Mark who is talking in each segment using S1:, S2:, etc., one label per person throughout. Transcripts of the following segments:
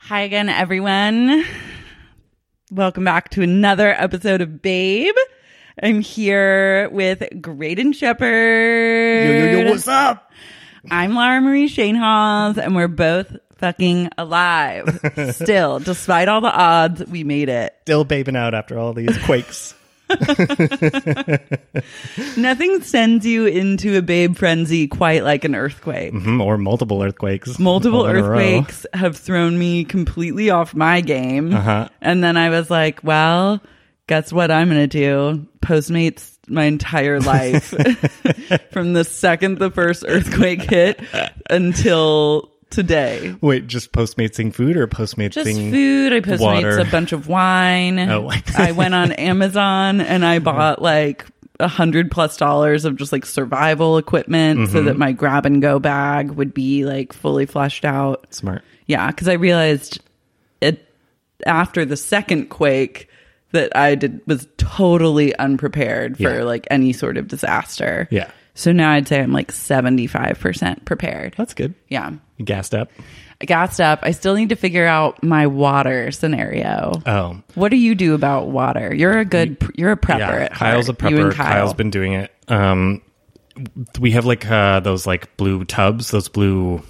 S1: Hi again, everyone. Welcome back to another episode of Babe. I'm here with Graydon Shepherd.
S2: Yo, yo, yo, what's up?
S1: I'm Laura Marie Shane Halls, and we're both fucking alive. Still, despite all the odds, we made it.
S2: Still babing out after all these quakes.
S1: Nothing sends you into a babe frenzy quite like an earthquake.
S2: Mm, or multiple earthquakes.
S1: Multiple
S2: All in a row.
S1: earthquakes have thrown me completely off my game.
S2: Uh-huh.
S1: And then I was like, well, guess what I'm going to do? Postmates my entire life from the second the first earthquake hit until today.
S2: Wait, just postmating food or postmating?
S1: Just food. I Postmates
S2: water.
S1: a bunch of wine.
S2: Oh.
S1: I went on Amazon and I bought like a hundred plus dollars of just like survival equipment so
S2: Mm-hmm.
S1: that my grab and go bag would be like fully fleshed out.
S2: Smart.
S1: Yeah, because I realized it after the second quake that I did was totally unprepared for
S2: Yeah.
S1: like any sort of disaster.
S2: Yeah.
S1: So now I'd say I'm like 75% prepared.
S2: That's good.
S1: Yeah.
S2: You gassed up.
S1: I gassed up. I still need to figure out my water scenario.
S2: Oh.
S1: what do you do about water? You're a good, you're a prepper
S2: Yeah.
S1: at heart.
S2: Kyle's a prepper.
S1: You and Kyle.
S2: Kyle's been doing it. Um, we have like uh, those like blue tubs, those blue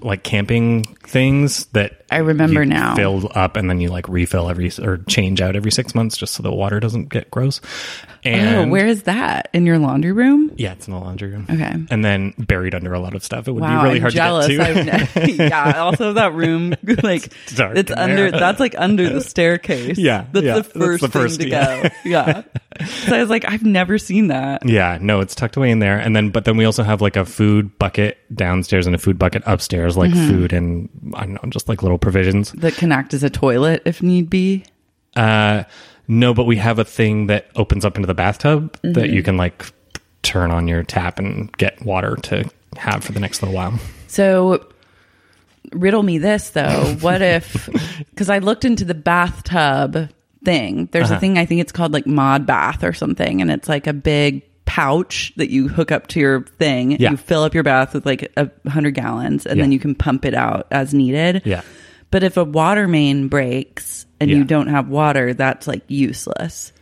S2: like camping things that
S1: Mm. I remember
S2: you
S1: now.
S2: Fill up and then you like refill every or change out every six months just so the water doesn't get gross.
S1: oh,
S2: And
S1: where is that? In your laundry room?
S2: Yeah, it's in the laundry room.
S1: Okay.
S2: And then buried under a lot of stuff. It would
S1: Wow,
S2: be really
S1: I'm
S2: hard
S1: jealous.
S2: to get to.
S1: I've ne- yeah, also that room, like it's,
S2: dark in
S1: under.
S2: there.
S1: That's like under the staircase.
S2: Yeah,
S1: that's
S2: yeah,
S1: the
S2: that's
S1: first
S2: the first,
S1: thing to
S2: yeah.
S1: go. Yeah. so I was like, I've never seen that.
S2: yeah, no, it's tucked away in there. And then, but then we also have like a food bucket downstairs and a food bucket upstairs, like
S1: Mm-hmm.
S2: food and I don't know, just like little provisions.
S1: That can act as a toilet if need be.
S2: Uh, no, but we have a thing that opens up into the bathtub that
S1: Mm-hmm.
S2: you can like turn on your tap and get water to have for the next little while.
S1: So, riddle me this though. What if, because I looked into the bathtub thing, there's
S2: Uh-huh.
S1: a thing, I think it's called like Mod Bath or something, and it's like a big pouch that you hook up to your thing.
S2: Yeah.
S1: You fill up your bath with like a 100 gallons, and then
S2: Yeah.
S1: you can pump it out as needed.
S2: Yeah.
S1: But if a water main breaks and
S2: Yeah.
S1: you don't have water, that's like useless.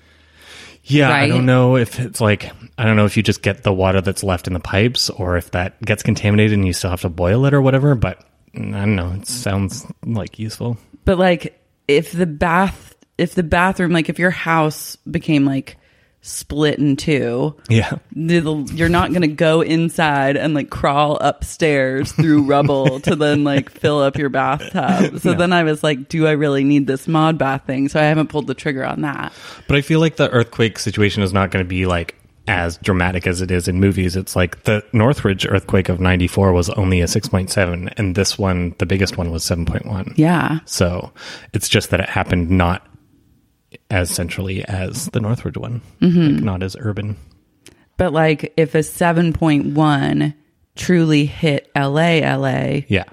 S2: Yeah, I
S1: Right?
S2: don't know if it's like I don't know if you just get the water that's left in the pipes or if that gets contaminated and you still have to boil it or whatever, but mm, I don't know, it sounds like useful.
S1: But like if the bath if the bathroom like if your house became like split in two,
S2: Yeah.
S1: the- you're not going to go inside and like crawl upstairs through rubble to then like fill up your bathtub. So then I was like, do I really need this mod bath thing? So I haven't pulled the trigger on that.
S2: But I feel like the earthquake situation is not going to be like as dramatic as it is in movies. It's like the Northridge earthquake of 94 was only a 6.7 and this one, the biggest one was 7.1.
S1: Yeah.
S2: So, it's just that it happened not as centrally as the Northridge one,
S1: Mm-hmm.
S2: like not as urban.
S1: But like if a 7.1 truly hit LA, LA,
S2: Yeah.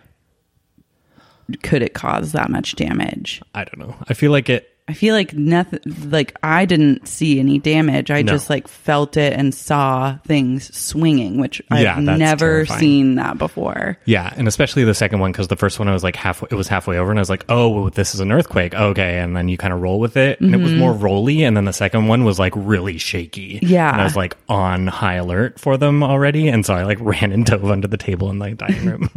S1: could it cause that much damage?
S2: I don't know. I feel like it
S1: I feel like nothing, like I didn't see any damage. I
S2: No.
S1: just like felt it and saw things swinging, which
S2: Yeah,
S1: I've
S2: that's
S1: never
S2: terrifying.
S1: seen that before.
S2: Yeah, and especially the second one because the first one I was like halfway, it was halfway over, and I was like, oh, well, this is an earthquake, okay, and then you kind of roll with it, and it
S1: Mm-hmm.
S2: was more rolly, and then the second one was like really shaky.
S1: Yeah.
S2: and I was like on high alert for them already, and so I like ran and dove under the table in the dining room.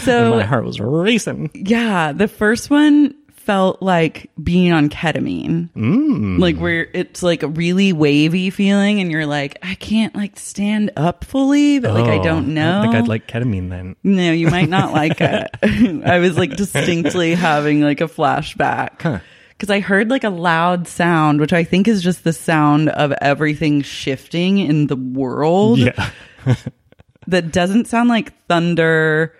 S1: So
S2: My heart was racing.
S1: Yeah, the first one felt like being on ketamine. Mm. Like where it's like a really wavy feeling and you're like, I can't like stand up fully, but like I
S2: Oh,
S1: don't know.
S2: I think I'd like ketamine then.
S1: No, you might not like it. I was like distinctly having like a flashback. Cuz I heard like a loud sound, which I think is just the sound of everything shifting in the world
S2: Yeah,
S1: that doesn't sound like thunder.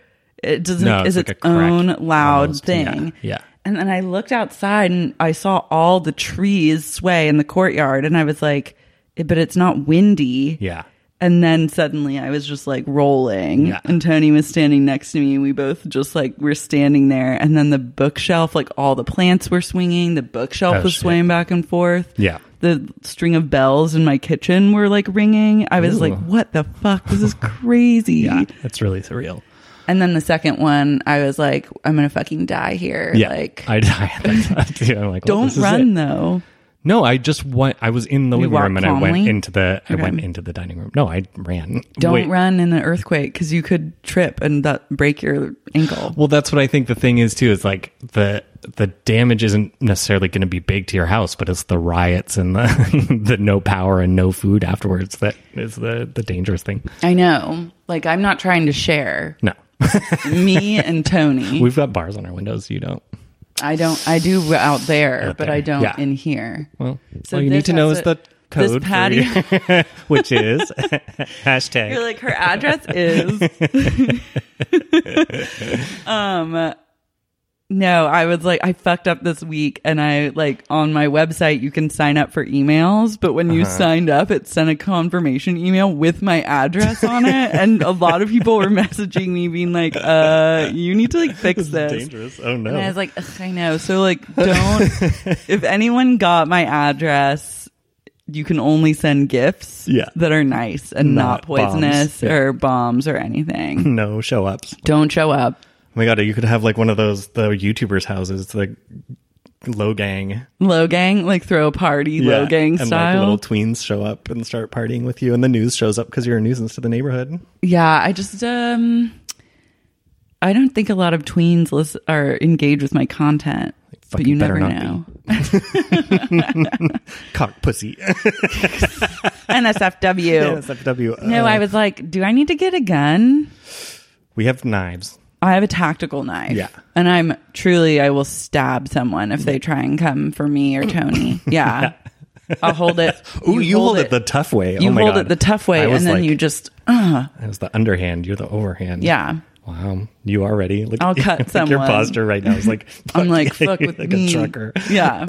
S1: It doesn't
S2: No,
S1: is its,
S2: it's like a crack
S1: own loud
S2: almost.
S1: thing.
S2: Yeah, yeah.
S1: And then I looked outside and I saw all the trees sway in the courtyard and I was like, "Eh, but it's not windy.
S2: yeah.
S1: And then suddenly I was just like rolling
S2: Yeah.
S1: and Tony was standing next to me and we both just like were standing there and then the bookshelf like all the plants were swinging, the bookshelf
S2: Oh,
S1: was
S2: shit.
S1: swaying back and forth.
S2: Yeah.
S1: The string of bells in my kitchen were like ringing. I was like, "What the fuck? This is crazy."
S2: Yeah, that's really surreal.
S1: And then the second one, I was like, I'm gonna fucking die here.
S2: Yeah,
S1: Like,
S2: I, I had that thought, too. I'm like, well,
S1: don't
S2: this is it.
S1: run though.
S2: No, I just went. I was in the living
S1: walked
S2: room and I went
S1: calmly?
S2: into the. I
S1: Okay.
S2: went into the dining room. No, I ran.
S1: Don't
S2: Wait.
S1: run in an earthquake because you could trip and that break your ankle.
S2: Well, that's what I think the thing is too. Is like the the damage isn't necessarily going to be big to your house, but it's the riots and the the no power and no food afterwards that is the the dangerous thing.
S1: I know. Like, I'm not trying to share
S2: No,
S1: me and Tony.
S2: we've got bars on our windows. You don't.
S1: I don't. I do out there, but I
S2: there.
S1: don't
S2: Yeah.
S1: in here.
S2: Well,
S1: So
S2: all you
S1: this
S2: need to know
S1: has
S2: is
S1: a-
S2: the code,
S1: This
S2: for
S1: patio.
S2: your- which is hashtag.
S1: You're like her address is. um, no, I was like I fucked up this week, and I like on my website you can sign up for emails, but when you signed up, it sent a confirmation email with my address on it, and a lot of people were messaging me being like, "Uh, you need to like fix
S2: This
S1: this."
S2: is dangerous. Oh no!
S1: And I was like, Ugh, I know. So like, don't. if anyone got my address, you can only send gifts
S2: Yeah.
S1: that are nice and
S2: Not
S1: not, poisonous
S2: bombs. Yeah.
S1: or bombs or anything.
S2: no show ups.
S1: don't show up.
S2: Oh my god, you could have like one of those the YouTubers' houses, the low gang
S1: Low gang, like throw a party,
S2: Yeah,
S1: low gang
S2: and like
S1: style.
S2: little tweens show up and start partying with you, and the news shows up because you're a nuisance to the neighborhood.
S1: yeah, I just um, I don't think a lot of tweens lis- are engaged with my content, but
S2: fucking
S1: you
S2: better
S1: never
S2: not
S1: know.
S2: Cock pussy.
S1: NSFW.
S2: SFW.
S1: No,
S2: Uh,
S1: I was like, do I need to get a gun?
S2: We have knives.
S1: I have a tactical knife.
S2: Yeah.
S1: And I'm truly, I will stab someone if they try and come for me or Tony. Yeah. I'll hold it.
S2: Ooh, you, hold, it the tough way.
S1: you
S2: oh my
S1: hold
S2: God.
S1: it the tough
S2: I
S1: way,
S2: was
S1: and then
S2: like-
S1: you just uh,
S2: I was the underhand. You're the overhand.
S1: yeah.
S2: Wow. You are ready. Look,
S1: I'll cut
S2: like Your
S1: someone.
S2: posture right now is like.
S1: I'm like fuck with
S2: like
S1: me.
S2: a trucker.
S1: Yeah.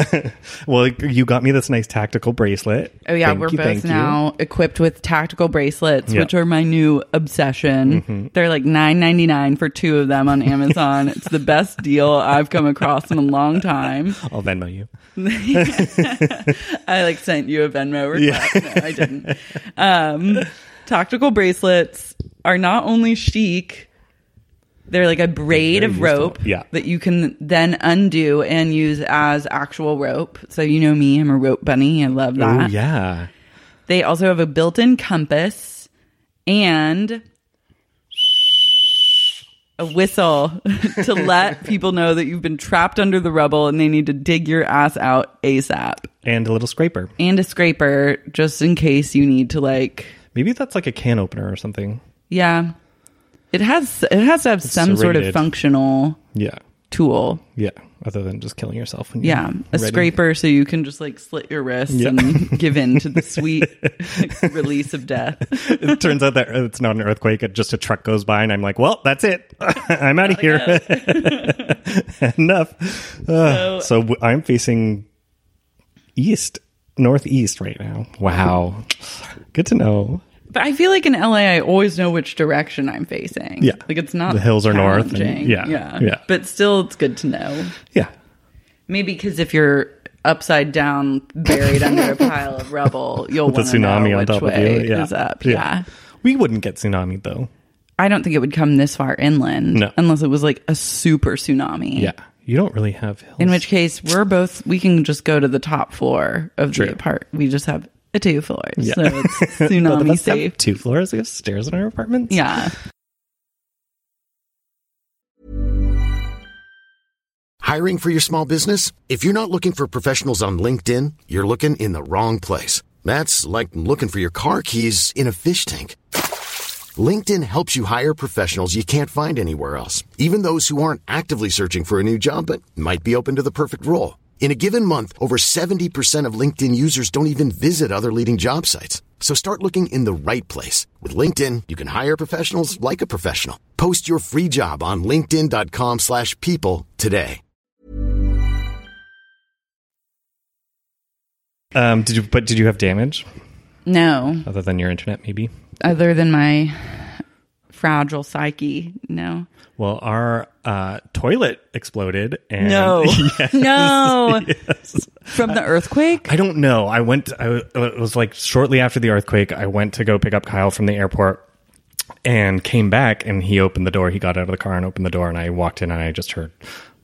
S2: Well, you got me this nice tactical bracelet.
S1: Oh yeah,
S2: Thank
S1: we're
S2: you,
S1: both
S2: thank you.
S1: now equipped with tactical bracelets,
S2: Yeah. Mm-hmm.
S1: which are my new obsession. They're like nine ninety nine for two of them on Amazon. it's the best deal I've come across in a long time.
S2: I'll Venmo you.
S1: I like sent you a Venmo request. No, I didn't. Um, tactical bracelets are not only chic, they're like a braid
S2: They're
S1: of
S2: useful.
S1: rope
S2: Yeah.
S1: that you can then undo and use as actual rope. So you know me, I'm a rope bunny. I love
S2: Oh
S1: that.
S2: yeah.
S1: They also have a built-in compass and a whistle to let people know that you've been trapped under the rubble and they need to dig your ass out ASAP
S2: And a little scraper.
S1: and a scraper just in case you need to like
S2: Maybe that's like a can opener or something.
S1: yeah it has it has to have some sort of
S2: serrated.
S1: functional
S2: Yeah.
S1: tool
S2: Yeah, other than just killing yourself. When
S1: yeah
S2: you're
S1: a
S2: Mm-hmm. ready.
S1: scraper so you can just like slit your wrists
S2: Yeah.
S1: and give in to the sweet like, release of death
S2: it turns out that it's not an earthquake. It, just a truck goes by, and I'm like, "Well, that's it. I'm out of here. Enough." Uh, so, w- I'm facing east, northeast right now. Wow, good to know.
S1: but i feel like in la i always know which direction i'm facing
S2: Yeah.
S1: like it's not
S2: The hills are north and-
S1: challenging.
S2: yeah,
S1: yeah
S2: yeah.
S1: but still it's good to know
S2: Yeah,
S1: Maybe because if you're upside down, buried under a pile of rubble, you'll
S2: with
S1: want
S2: a
S1: to know
S2: tsunami on
S1: which
S2: top of
S1: way
S2: you. Yeah,
S1: is up. Yeah.
S2: We wouldn't get tsunami though.
S1: I don't think it would come this far inland
S2: No.
S1: unless it was like a super tsunami.
S2: Yeah, you don't really have hills.
S1: In which case, we're both we can just go to the top floor of
S2: True.
S1: the apart. We just have a two floors,
S2: Yeah.
S1: so it's
S2: Both of
S1: tsunami
S2: us have
S1: safe.
S2: two floors. We have stairs in our apartments.
S1: Um, Yeah.
S3: Hiring for your small business? If you're not looking for professionals on LinkedIn, you're looking in the wrong place. That's like looking for your car keys in a fish tank. LinkedIn helps you hire professionals you can't find anywhere else, even those who aren't actively searching for a new job but might be open to the perfect role. In a given month, over 70% of LinkedIn users don't even visit other leading job sites. So start looking in the right place. With LinkedIn, you can hire professionals like a professional. Post your free job on linkedin.com/people slash people today.
S2: Um. Did you? But did you have damage
S1: No.
S2: other than your internet? Maybe.
S1: Other than my fragile psyche, no.
S2: Well, our uh, toilet exploded, and Yes.
S1: no.
S2: Yes.
S1: From the earthquake?
S2: I don't know. I went. I w- it was like shortly after the earthquake. I went to go pick up Kyle from the airport, and came back and he opened the door. He got out of the car and opened the door and I walked in and I just heard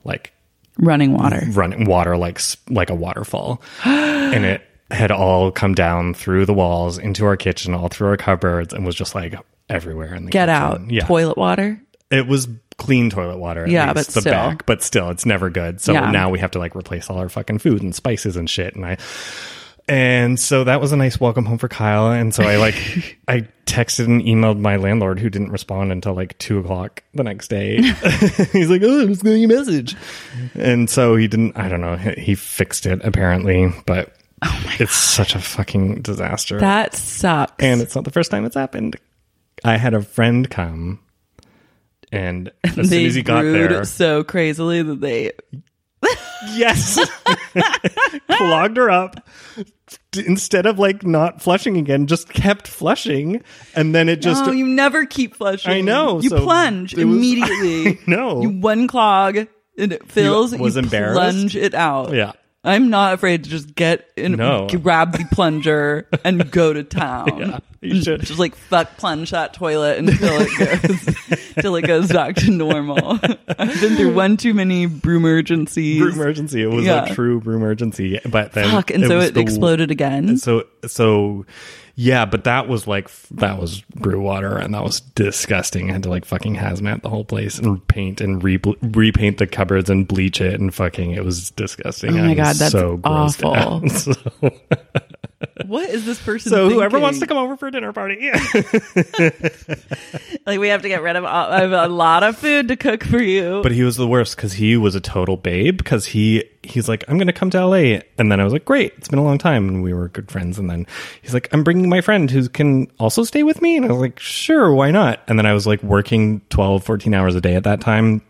S2: like
S1: Running water.
S2: running water like s- like a waterfall and it had all come down through the walls into our kitchen all through our cupboards and was just like everywhere in the
S1: Get
S2: kitchen.
S1: out.
S2: yeah
S1: Toilet water.
S2: it was clean toilet water at
S1: Yeah,
S2: least,
S1: but
S2: the
S1: still.
S2: back but still it's never good so
S1: Yeah.
S2: now we have to like replace all our fucking food and spices and shit and i and so that was a nice welcome home for Kyle. And so I like, I texted and emailed my landlord who didn't respond until like two o'clock the next day. He's like, Oh, I'm just going to message. And so he didn't, I don't know. He he fixed it apparently, but
S1: Oh
S2: it's such a fucking disaster.
S1: That sucks.
S2: and it's not the first time it's happened. I had a friend come and as soon
S1: they
S2: as he got
S1: brewed
S2: there,
S1: so crazily that they
S2: Yes. Clogged her up. D- Instead of like not flushing again, just kept flushing. And then it just.
S1: oh you never keep flushing
S2: I know,
S1: you
S2: so
S1: plunge
S2: it was-
S1: immediately
S2: no.
S1: you one clog and it fills and
S2: was
S1: you
S2: embarrassed?
S1: plunge it out
S2: Yeah.
S1: I'm not afraid to just get in
S2: No.
S1: grab the plunger and go to town
S2: you should.
S1: just like fuck plunge that toilet until it goes till it goes back to normal I've been through one too many brew emergencies
S2: Brew emergency. It was
S1: Yeah.
S2: a true brew emergency. But then.
S1: fuck and so
S2: was
S1: it
S2: the-
S1: exploded again
S2: So, so yeah, but that was like, f- that was brew water and that was disgusting. I had to like fucking hazmat the whole place and paint and re- repaint the cupboards and bleach it and fucking, it was disgusting.
S1: Oh my
S2: I was
S1: God, that's
S2: so grossed
S1: awful.
S2: out. So-
S1: what is this person
S2: So whoever wants
S1: thinking?
S2: to come over for a dinner party,
S1: Like we have to get rid of, all, of a lot of food to cook for you.
S2: But he was the worst because he was a total babe. Because he he's like, I'm gonna come to LA, and then I was like, great, it's been a long time, and we were good friends. And then he's like, I'm bringing my friend who can also stay with me, and I was like, sure, why not? And then I was like working 12, 14 hours a day at that time.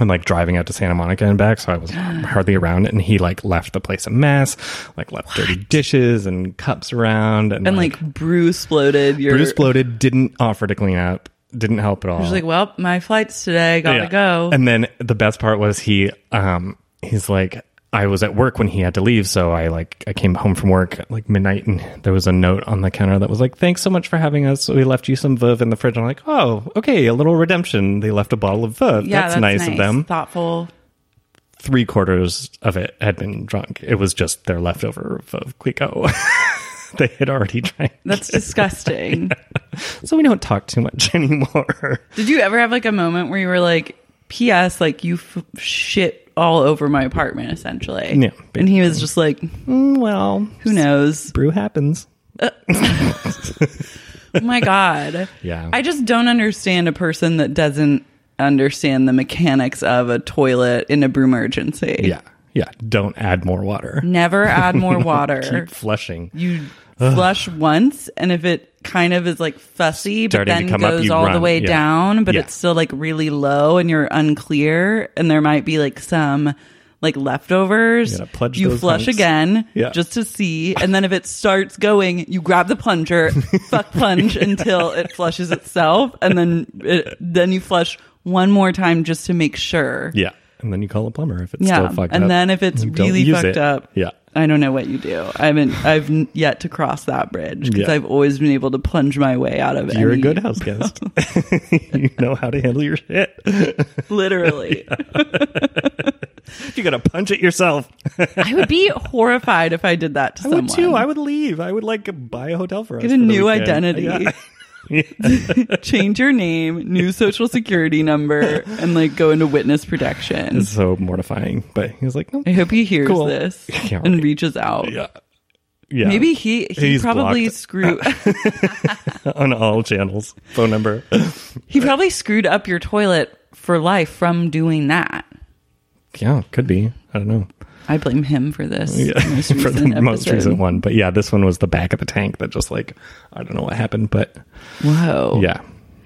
S2: And like driving out to Santa Monica and back, so I was hardly around. And he like left the place a mess, like left dirty dishes and cups around, and,
S1: and like, brew exploded. Your
S2: Bruce bloated, didn't offer to clean up, didn't help at all.
S1: She's like, well, my flight's today. Gotta
S2: Yeah.
S1: go.
S2: And then the best part was he um he's like I was at work when he had to leave, so I like I came home from work at like midnight and there was a note on the counter that was like, Thanks so much for having us. We left you some Verve in the fridge. I'm like, Oh, okay, a little redemption. They left a bottle of Verve.
S1: yeah,
S2: that's, nice, of them.
S1: Thoughtful.
S2: Three quarters of it had been drunk. It was just their leftover Verve Quico. they had already drank.
S1: That's disgusting.
S2: So we don't talk too much anymore.
S1: Did you ever have like a moment where you were like, "P.S. Like you f- shit all over my apartment, essentially"?
S2: Yeah,
S1: And he was just like,
S2: Mm, well,
S1: "Who knows?"
S2: brew happens.
S1: oh my god.
S2: Yeah.
S1: I just don't understand a person that doesn't understand the mechanics of a toilet in a brew emergency.
S2: Yeah. Yeah. Don't add more water.
S1: Never add more water.
S2: Keep flushing.
S1: you flush once, and if it kind of is like fussy, but
S2: Starting to
S1: then
S2: come up,
S1: goes
S2: you
S1: all the
S2: run.
S1: way
S2: Yeah.
S1: down, but
S2: Yeah.
S1: it's still like really low, and you're unclear, and there might be like some like leftovers.
S2: You gotta plunge
S1: you
S2: those
S1: flush
S2: hunks.
S1: again,
S2: Yeah.
S1: just to see, and then if it starts going, you grab the plunger, fuck plunge until it flushes itself, and then it, then you flush one more time just to make sure.
S2: Yeah. And then you call a plumber if it's
S1: Yeah,
S2: still fucked
S1: and
S2: up.
S1: then if it's
S2: You don't
S1: really
S2: use
S1: fucked
S2: it.
S1: up,
S2: Yeah.
S1: I don't know what you do. I haven't. I've n- yet to cross that bridge because
S2: Yeah.
S1: I've always been able to plunge my way out of it.
S2: You're a good house guest. you know how to handle your shit.
S1: Literally,
S2: You got to punch it yourself.
S1: I would be horrified if I did that to
S2: I
S1: someone.
S2: would too. I would leave. I would like buy a hotel for us.
S1: Get a
S2: for the
S1: new
S2: weekend.
S1: identity.
S2: Yeah.
S1: Change your name, new social security number, and like go into witness protection.
S2: It's so mortifying. But he was like, no.
S1: I hope he hears
S2: Cool.
S1: this
S2: Yeah,
S1: and
S2: right.
S1: reaches out.
S2: Yeah. Yeah.
S1: Maybe he he
S2: He's
S1: probably
S2: blocked.
S1: screwed
S2: on all channels. Phone number.
S1: he probably screwed up your toilet for life from doing that.
S2: yeah. Could be. I don't know.
S1: I blame him for this. Most
S2: for the
S1: recent
S2: most
S1: episode.
S2: recent one. But yeah, this one was the back of the tank that just like, I don't know what happened. But
S1: Whoa.
S2: yeah.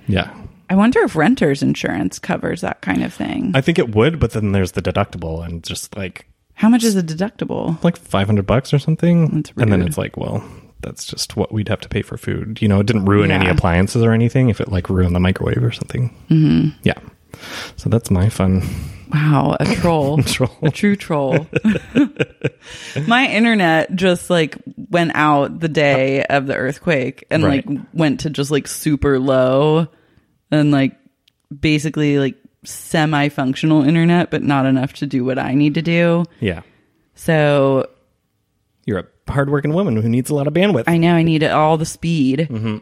S2: Yeah.
S1: I wonder if renter's insurance covers that kind of thing.
S2: I think it would, but then there's the deductible and just like
S1: How much is a deductible?
S2: like 500 bucks or something.
S1: That's
S2: And then
S1: rude.
S2: it's like, well, that's just what we'd have to pay for food. You know, it didn't ruin any
S1: Yeah.
S2: appliances or anything if it like ruined the microwave or something. Mm-hmm. Yeah. So that's my fun.
S1: Wow, a troll.
S2: Troll.
S1: A true troll. My internet just like went out the day of the earthquake and
S2: Uh, Right.
S1: like went to just like super low and like basically like semi functional internet, but not enough to do what I need to do.
S2: Yeah.
S1: So
S2: You're a hardworking woman who needs a lot of bandwidth.
S1: I know I need all the speed.
S2: Mm-hmm.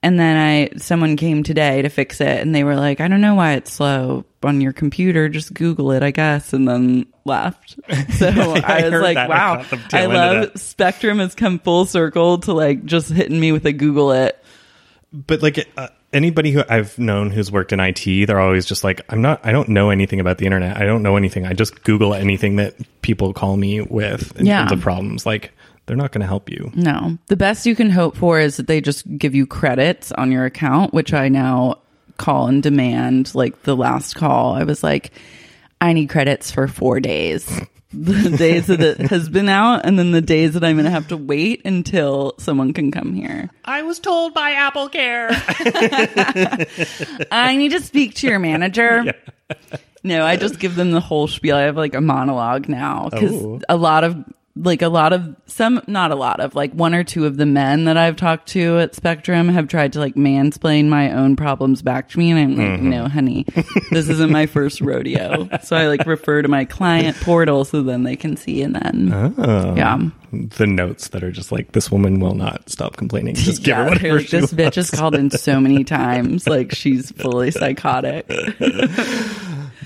S1: And then I someone came today to fix it, and they were like, "I don't know why it's slow on your computer. Just Google it, I guess." And then left. So I was
S2: heard
S1: like,
S2: that. I
S1: "Wow,
S2: caught the tail
S1: I
S2: end of
S1: love
S2: that.
S1: Spectrum has come full circle to like just hitting me with a Google it."
S2: but like uh, anybody who I've known who's worked in IT, they're always just like, I'm not, I don't know anything about the internet. I don't know anything. I just Google anything that people call me with in
S1: Yeah.
S2: terms of problems. Like, they're not going to help you.
S1: No, the best you can hope for is that they just give you credits on your account, which I now call and demand. Like the last call, I was like, "I need credits for four days." the days that it has been out, and then the days that I'm going to have to wait until someone can come here.
S2: I was told by Apple Care.
S1: I need to speak to your manager. no, I just give them the whole spiel. I have like a monologue now because
S2: Oh.
S1: a lot of like a lot of some not a lot of like one or two of the men that I've talked to at Spectrum have tried to like mansplain my own problems back to me and I'm like
S2: Mm-hmm.
S1: no honey this isn't my first rodeo so I like refer to my client portal so then they can see and then
S2: Oh.
S1: yeah
S2: the notes that are just like, this woman will not stop complaining. Just give
S1: Yeah,
S2: her
S1: they're
S2: whatever
S1: like,
S2: she
S1: this bitch has called in so many times like she's fully psychotic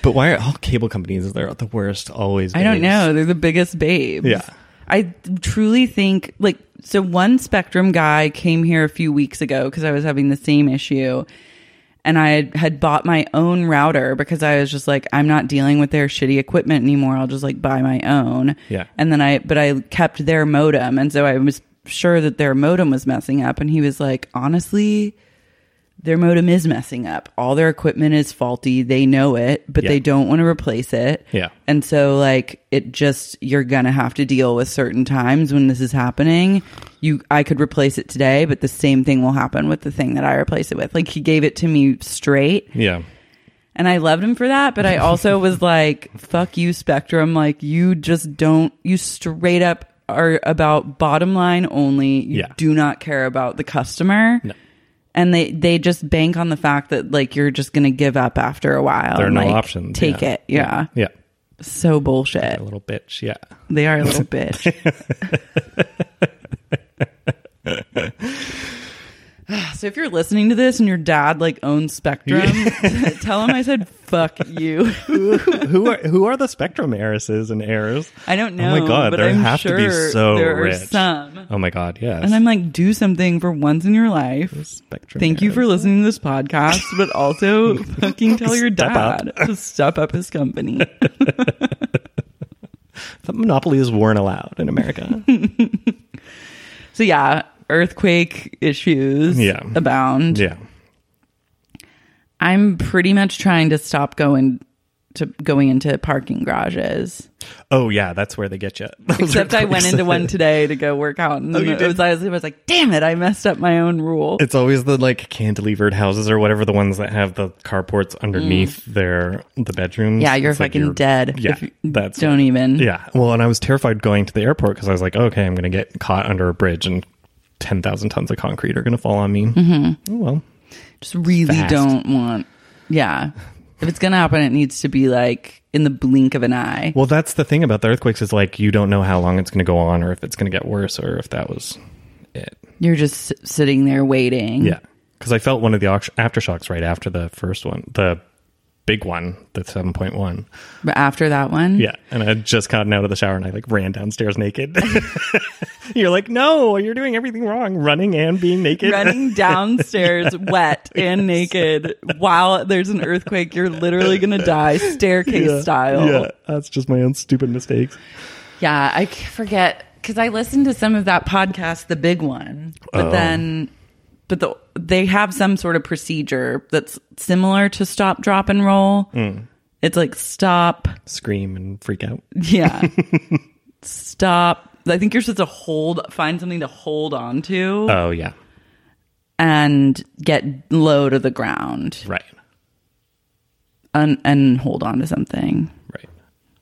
S2: But why are all cable companies they're the worst always?
S1: I don't
S2: babes.
S1: know. They're the biggest babes.
S2: Yeah.
S1: I truly think like so one spectrum guy came here a few weeks ago because I was having the same issue and I had- had bought my own router because I was just like I'm not dealing with their shitty equipment anymore. I'll just like buy my own.
S2: Yeah.
S1: And then I but I kept their modem and so I was sure that their modem was messing up and he was like honestly their modem is messing up. All their equipment is faulty. They know it, but
S2: Yeah.
S1: they don't want to replace it.
S2: Yeah.
S1: And so like it just you're going to have to deal with certain times when this is happening. You I could replace it today, but the same thing will happen with the thing that I replace it with. Like he gave it to me straight
S2: Yeah.
S1: and I loved him for that, but I also was like fuck you Spectrum, like you just don't you straight up are about bottom line only. You
S2: Yeah.
S1: do not care about the customer.
S2: No.
S1: And they they just bank on the fact that like you're just going to give up after a while.
S2: There are
S1: and,
S2: no
S1: like,
S2: options.
S1: Take
S2: Yeah.
S1: it. Yeah.
S2: Yeah.
S1: So bullshit.
S2: A little bitch. Yeah.
S1: They are a little bitch. so if you're listening to this and your dad like owns Spectrum, tell him I said fuck you.
S2: who are who are the Spectrum heiresses and heirs?
S1: I don't know.
S2: Oh my god,
S1: but
S2: there
S1: I'm
S2: have
S1: sure
S2: to be so
S1: there
S2: rich.
S1: Are some.
S2: Oh my god, yes.
S1: And I'm like, do something for once in your life.
S2: Spectrum.
S1: Thank you for
S2: heirs.
S1: listening to this podcast, but also fucking tell your
S2: Step up.
S1: dad to step up his company.
S2: But monopolies weren't allowed in America.
S1: So yeah, earthquake issues
S2: Yeah.
S1: abound.
S2: yeah.
S1: I'm pretty much trying to stop going to going into parking garages.
S2: Oh yeah, that's where they get you.
S1: Except I went into one today to go work out, and
S2: Oh, you
S1: it was, I was I was like, "Damn it, I messed up my own rule."
S2: It's always the like cantilevered houses or whatever the ones that have the carports underneath their the bedrooms.
S1: Mm. yeah, you're
S2: It's like
S1: fucking dead.
S2: Yeah,
S1: if you
S2: that's
S1: don't even.
S2: Yeah. Well, and I was terrified going to the airport because I was like, okay, I'm going to get caught under a bridge and 10,000 tons of concrete are going to fall on me. Mm-hmm. Well,
S1: Just really
S2: Fast.
S1: don't want. Yeah, if it's gonna happen, it needs to be like in the blink of an eye.
S2: well, that's the thing about the earthquakes is like you don't know how long it's going to go on or if it's going to get worse or if that was it.
S1: You're just s- sitting there waiting.
S2: Yeah. Because I felt one of the auct- aftershocks right after the first one, the big one, the 7.1.
S1: But after that one,
S2: Yeah. And I had just gotten out of the shower and I like ran downstairs naked. you're like, no, you're doing everything wrong. Running and being naked.
S1: running downstairs wet and naked while there's an earthquake. You're literally going to die staircase
S2: Yeah.
S1: style.
S2: Yeah. That's just my own stupid mistakes.
S1: Yeah, I c- forget because I listened to some of that podcast, the big one, but
S2: Oh.
S1: then, but the, they have some sort of procedure that's similar to stop, drop, and roll.
S2: Hmm.
S1: It's like stop,
S2: scream and freak out.
S1: yeah, stop. I think you're supposed to hold, find something to hold on to,
S2: Oh yeah,
S1: and get low to the ground
S2: right,
S1: and, and hold on to something.
S2: right.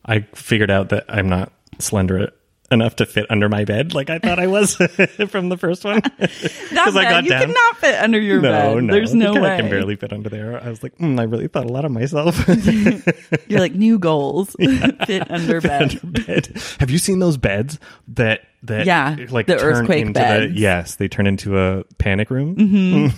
S2: I figured out that I'm not slender enough to fit under my bed like I thought I was from the first one.
S1: That
S2: 'Cause I got
S1: bed, you
S2: down.
S1: cannot fit under your
S2: No,
S1: bed.
S2: no.
S1: There's
S2: I
S1: no
S2: think
S1: way.
S2: I can barely fit under there. I was like, mm, I really thought a lot of myself.
S1: You're like new goals. fit under bed.
S2: under bed. Have you seen those beds that that
S1: Yeah,
S2: like
S1: the
S2: turn
S1: earthquake
S2: into
S1: beds. Mm-hmm.
S2: The, yes, they turn into a panic room.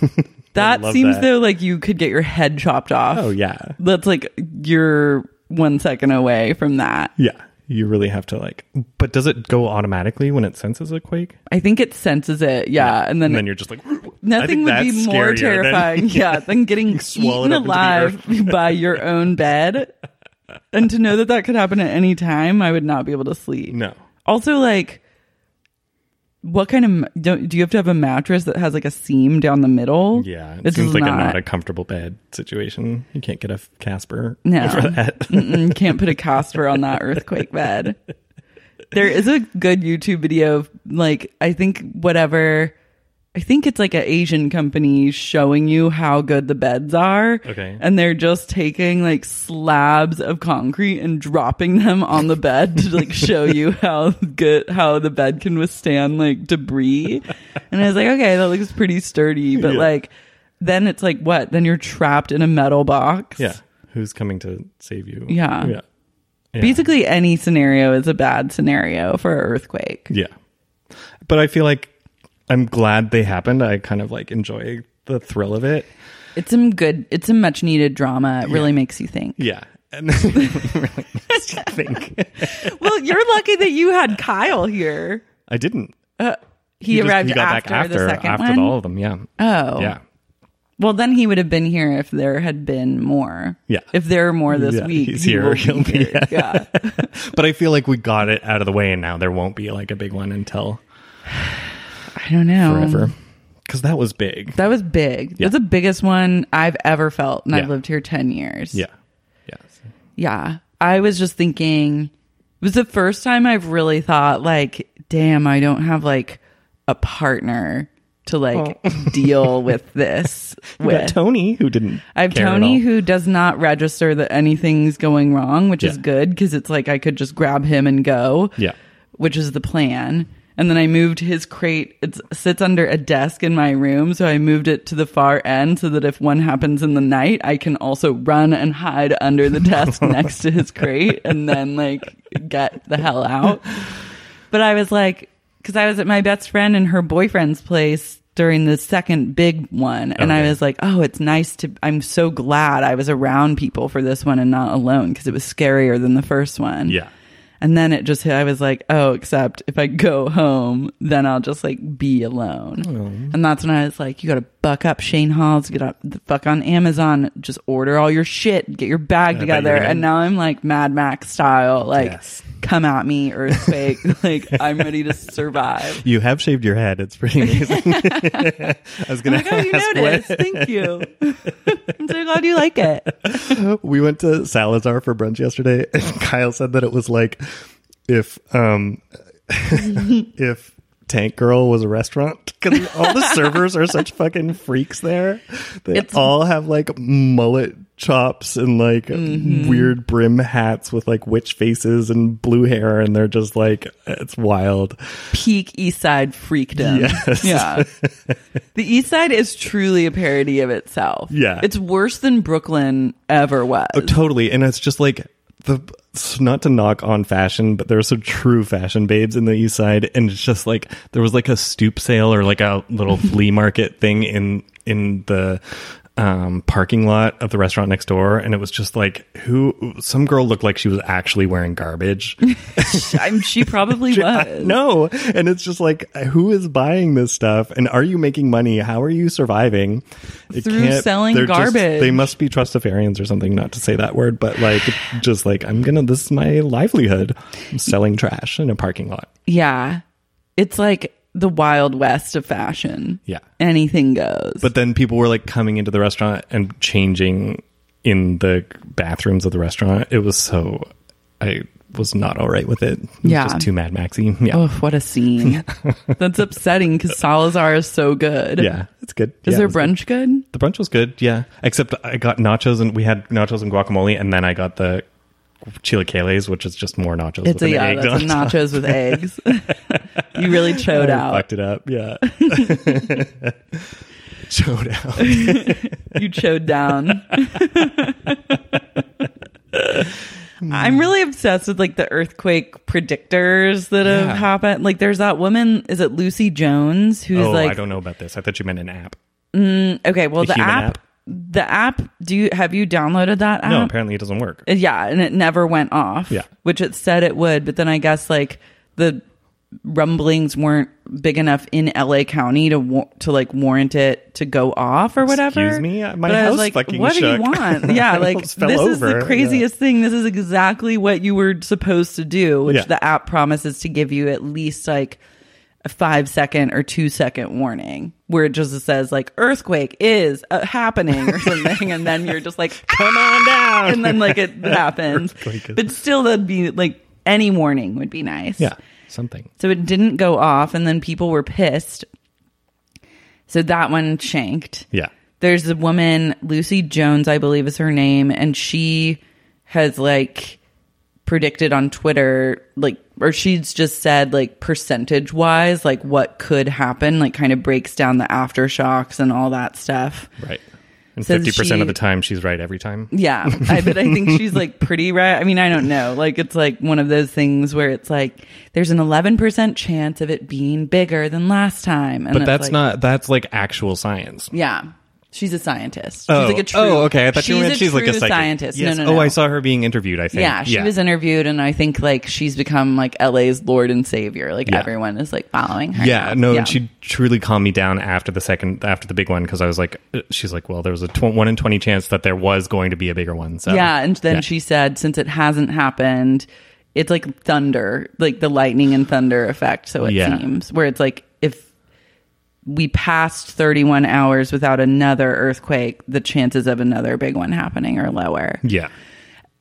S1: That
S2: love
S1: seems
S2: that.
S1: though like you could get your head chopped off.
S2: Oh yeah,
S1: That's like you're one second away from that.
S2: yeah. You really have to like. But does it go automatically when it senses a quake?
S1: I think it senses it. Yeah. And then,
S2: And then you're just like, "I think
S1: nothing would
S2: that's
S1: be more
S2: scarier than-
S1: terrifying. yeah. Than getting
S2: swallowed
S1: eaten
S2: up into the
S1: alive by your own bed. and to know that that could happen at any time, I would not be able to sleep.
S2: No.
S1: Also, like, what kind of ma- don't, do you have to have a mattress that has like a seam down the middle?
S2: Yeah, it
S1: This
S2: seems
S1: is
S2: like a not a comfortable bed situation. You can't get a Casper
S1: No.
S2: for that.
S1: Mm-mm, can't put a Casper on that earthquake bed. There is a good YouTube video of like I think whatever I think it's like an Asian company showing you how good the beds are.
S2: Okay.
S1: And they're just taking like slabs of concrete and dropping them on the bed to like show you how good how the bed can withstand like debris. And I was like, okay, that looks pretty sturdy, but
S2: Yeah.
S1: like then it's like what? Then you're trapped in a metal box.
S2: yeah, who's coming to save you?
S1: Yeah.
S2: yeah, yeah.
S1: Basically, any scenario is a bad scenario for an earthquake.
S2: Yeah. But I feel like I'm glad they happened. I kind of like enjoy the thrill of it.
S1: It's some good, it's a much needed drama. It really makes you think.
S2: Yeah. And then really makes you think.
S1: well, you're lucky that you had Kyle here.
S2: I didn't.
S1: He,
S2: just-
S1: arrived
S2: he got
S1: after, the second
S2: after
S1: one.
S2: all of them. Yeah.
S1: Oh,
S2: Yeah.
S1: Well, then he would have been here if there had been more.
S2: Yeah.
S1: If there are more this
S2: Yeah,
S1: week,
S2: he's
S1: he
S2: here.
S1: will
S2: He'll be-
S1: here. Yeah.
S2: But I feel like we got it out of the way and now there won't be like a big one until
S1: I don't know.
S2: forever. Because that was big.
S1: That was big.
S2: Yeah.
S1: That's the biggest one I've ever felt, and I've
S2: Yeah.
S1: lived here ten years.
S2: Yeah. Yes.
S1: Yeah. I was just thinking, it was the first time I've really thought, like, damn, I don't have like a partner to like deal with this
S2: We got
S1: with.
S2: Tony who didn't.
S1: I have
S2: care at
S1: Tony
S2: all.
S1: who does not register that anything's going wrong, which is
S2: Yeah.
S1: good because it's like I could just grab him and go
S2: Yeah.
S1: which is the plan. And then I moved his crate. It sits under a desk in my room, so I moved it to the far end so that if one happens in the night, I can also run and hide under the desk next to his crate and then like get the hell out. But I was like, because I was at my best friend and her boyfriend's place during the second big one, and I
S2: Okay.
S1: was like, oh, it's nice to. I'm so glad I was around people for this one and not alone because it was scarier than the first one.
S2: Yeah.
S1: And then it just hit, I was like, oh, except if I go home, then I'll just like be alone. And that's when I was like, you got to buck up Shane Halls, get up the fuck on Amazon, just order all your shit, get your bag
S2: you were
S1: together.
S2: gonna-
S1: And now I'm like Mad Max style, like,
S2: Yes.
S1: come at me, earthquake. like, I'm ready to survive.
S2: You have shaved your head. It's pretty amazing. I was going
S1: Like, oh, you noticed. Thank you. I'm so glad you like it.
S2: we went to Salazar for brunch yesterday, and Kyle said that it was like if um if Tank Girl was a restaurant because all the servers are such fucking freaks there. They
S1: It's-
S2: all have like mullet chops and like weird brim hats with like witch faces and blue hair, and they're just like it's wild.
S1: peak East Side freakdom.
S2: Yes.
S1: Yeah. the East Side is truly a parody of itself.
S2: Yeah.
S1: It's worse than Brooklyn ever was.
S2: Oh, totally. And it's just like the it's not to knock on fashion, but there are some true fashion babes in the East Side, and it's just like there was like a stoop sale or like a little flea market thing in in the um parking lot of the restaurant next door and it was just like who some girl looked like she was actually wearing garbage
S1: I'm, she probably was.
S2: no and it's just like who is buying this stuff and are you making money how are you surviving It
S1: Through
S2: can't-
S1: selling
S2: they're just-
S1: garbage.
S2: they must be trustafarians or something not to say that word but like just like i'm gonna this is my livelihood I'm selling trash in a parking lot
S1: Yeah. It's like the Wild West of fashion.
S2: Yeah.
S1: Anything goes.
S2: but then people were like coming into the restaurant and changing in the bathrooms of the restaurant it was so i was not all right with it, It was
S1: Yeah. Oh,
S2: just too mad maxi yeah
S1: Oof, what a scene. That's upsetting because Salazar is so good.
S2: yeah it's good
S1: Is
S2: Yeah,
S1: their
S2: it was good.
S1: brunch good?
S2: The brunch was good, yeah. Except I got nachos and we had nachos and guacamole, and then I got the chilaquiles, which is just more nachos
S1: It's
S2: with
S1: a
S2: an
S1: yeah,
S2: egg
S1: that's
S2: on
S1: a
S2: top. Oh,
S1: nachos with eggs. you really chode out.
S2: Fucked it up. Yeah. Showed out.
S1: You chode down. I'm really obsessed with like the earthquake predictors that have
S2: Yeah.
S1: happened. Like there's that woman, is it Lucy Jones, who's
S2: Oh,
S1: like
S2: I don't know about this. I thought you meant an app.
S1: Okay, well, the
S2: human
S1: app,
S2: app?
S1: the app. Do you have you downloaded that app?
S2: No, apparently it doesn't work.
S1: Uh, Yeah, and it never went off.
S2: Yeah.
S1: which it said it would, but then I guess like the rumblings weren't big enough in LA County to wa- to like warrant it to go off or whatever.
S2: Excuse me? Uh, My
S1: I was
S2: house
S1: like,
S2: fucking
S1: what do you
S2: shook.
S1: want?
S2: My
S1: Yeah, like
S2: house fell
S1: this is the
S2: over.
S1: craziest thing. This is exactly what you were supposed to do, which
S2: Yeah.
S1: the app promises to give you at least like a five second or two second warning where it just says like earthquake is uh, happening or something and then you're just like
S2: Come on down.
S1: and then like it happens
S2: Earthquake is-
S1: but still that'd be like any warning would be nice
S2: yeah, something.
S1: so it didn't go off and then people were pissed so that one shanked
S2: Yeah.
S1: there's a woman lucy jones i believe is her name and she has like predicted on twitter like or she's just said like percentage wise like what could happen like kind of breaks down the aftershocks and all that stuff
S2: Right. And
S1: So
S2: 50%
S1: she-
S2: of the time she's right every time.
S1: yeah I, but i think she's like pretty right i mean i don't know like it's like one of those things where it's like there's an 11% chance of it being bigger than last time and
S2: But
S1: it's
S2: that's
S1: like-
S2: not, that's like actual science.
S1: yeah she's a scientist
S2: Oh,
S1: she's like a true
S2: oh, okay. I thought
S1: she's
S2: you meant
S1: a
S2: she's like a
S1: true
S2: psychic.
S1: scientist
S2: Yes.
S1: no no no
S2: Oh, I saw her being interviewed, I think.
S1: yeah, she was interviewed, and I think like she's become like LA's lord and savior. Like
S2: Yeah.
S1: everyone is like following her.
S2: Yeah,
S1: now.
S2: no, and she truly calmed me down after the second, after the big one, because I was like, uh, she's like, well, there was a tw- one in twenty chance that there was going to be a bigger one. So
S1: yeah, and then
S2: Yeah.
S1: she said since it hasn't happened, it's like thunder, like the lightning and thunder effect. So it
S2: Yeah.
S1: seems where it's like if we passed 31 hours without another earthquake, the chances of another big one happening are lower.
S2: yeah,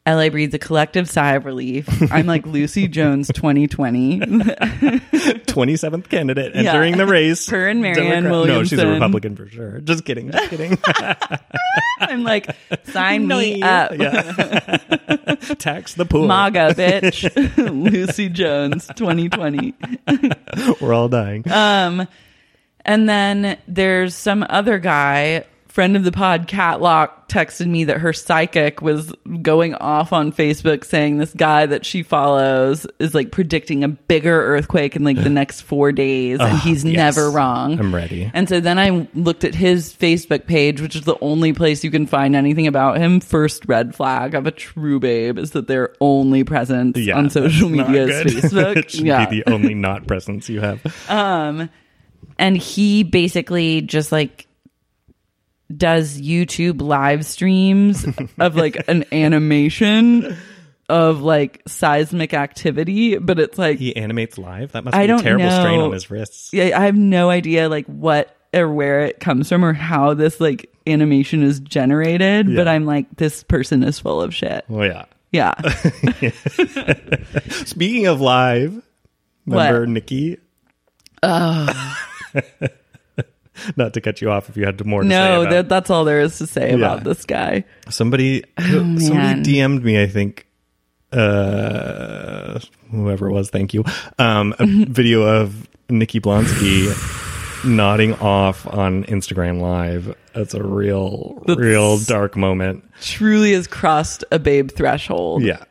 S1: LA breathes a collective sigh of relief. I'm like Lucy Jones 2020.
S2: twenty seventh candidate entering the race.
S1: Her and Marianne
S2: No, she's a
S1: Williamson.
S2: Republican for sure. Just kidding, just kidding.
S1: I'm like, sign me
S2: No.
S1: up.
S2: Yeah. Tax the poor.
S1: MAGA, bitch. Lucy Jones, 2020.
S2: We're all dying.
S1: Um, And then there's some other guy, friend of the pod, Catlock, texted me that her psychic was going off on Facebook saying this guy that she follows is like predicting a bigger earthquake in like the next four days and he's
S2: yes.
S1: never wrong.
S2: I'm ready.
S1: And so then I looked at his Facebook page, which is the only place you can find anything about him. First red flag of a true babe is that their only presence
S2: yeah,
S1: on social
S2: that's not
S1: media
S2: good.
S1: is Facebook.
S2: it should
S1: yeah.
S2: be the only not presence you have.
S1: and he basically just like does YouTube live streams of like an animation of like seismic activity, but it's like
S2: He animates live. That must
S1: I
S2: be a
S1: don't
S2: terrible strain
S1: know.
S2: on his wrists.
S1: yeah, I have no idea like what or where it comes from or how this like animation is generated, but I'm like this person is full of shit.
S2: Oh yeah.
S1: Yeah.
S2: Speaking of live, remember
S1: What?
S2: Nikki? Not to cut you off if you had more to
S1: no,
S2: say.
S1: that
S2: About.
S1: that's all there is to say about
S2: Yeah.
S1: this guy.
S2: somebody somebody
S1: man.
S2: DM'd me, I think. Uh whoever it was, thank you. Um a
S1: Mm-hmm.
S2: video of Nikki Blonsky nodding off on Instagram live. That's a real real dark moment.
S1: Truly has crossed a babe threshold.
S2: Yeah.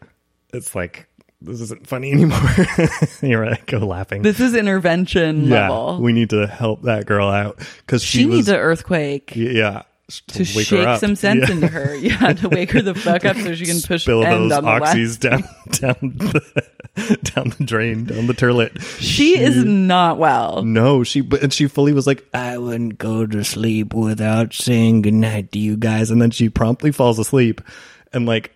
S2: It's like this isn't funny anymore. You're like go laughing.
S1: This is intervention
S2: yeah,
S1: level.
S2: we need to help that girl out because she,
S1: she
S2: was,
S1: needs an earthquake.
S2: yeah
S1: to shake some sense into her. Yeah, to wake her the fuck up so she can push
S2: Spill
S1: end
S2: those
S1: on the left.
S2: oxys down down the down the drain down the toilet.
S1: She is
S2: Mm-hmm.
S1: not well.
S2: No, she but and she fully was like, I wouldn't go to sleep without saying goodnight to you guys, and then she promptly falls asleep and like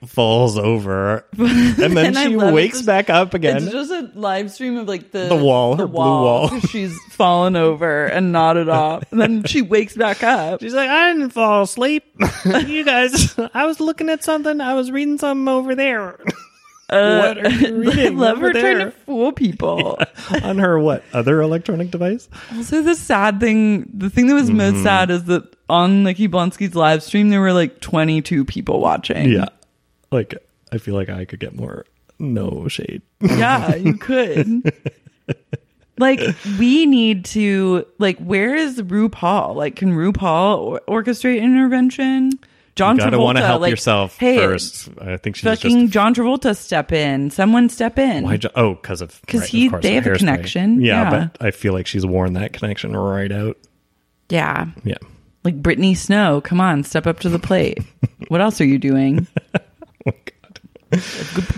S2: falls over, and then
S1: And I
S2: she
S1: love it.
S2: wakes
S1: It's-
S2: back up
S1: It's
S2: again.
S1: just a live stream of like the
S2: The wall,
S1: the
S2: her blue wall.
S1: wall. She's fallen over and nodded off, and then she wakes back up.
S2: She's like, I didn't fall asleep. you guys, I was looking at something. I was reading something over there. what
S1: Uh,
S2: are you
S1: I
S2: reading?
S1: love
S2: over
S1: her trying to
S2: there?
S1: fool people.
S2: on her what other electronic device?
S1: Also, the sad thing, the thing that was
S2: Mm-hmm.
S1: most sad is that on Nikki Blonsky's live stream, there were like 22 people watching.
S2: Yeah, like I feel like I could get more no shade.
S1: Yeah, you could. like we need to like where is RuPaul? Like can RuPaul or- orchestrate intervention? John
S2: You gotta
S1: Travolta
S2: want to help
S1: like,
S2: yourself
S1: hey,
S2: first. I think she's
S1: Fucking
S2: just
S1: John Travolta step in. Someone step in.
S2: why? Jo- oh, because of
S1: 'Cause
S2: right,
S1: he-
S2: of course,
S1: they have a
S2: Hairspray.
S1: connection,
S2: Yeah,
S1: yeah.
S2: but I feel like she's worn that connection right out.
S1: yeah.
S2: Yeah,
S1: Like Brittany Snow, come on, step up to the plate. what else are you doing?
S2: oh, God.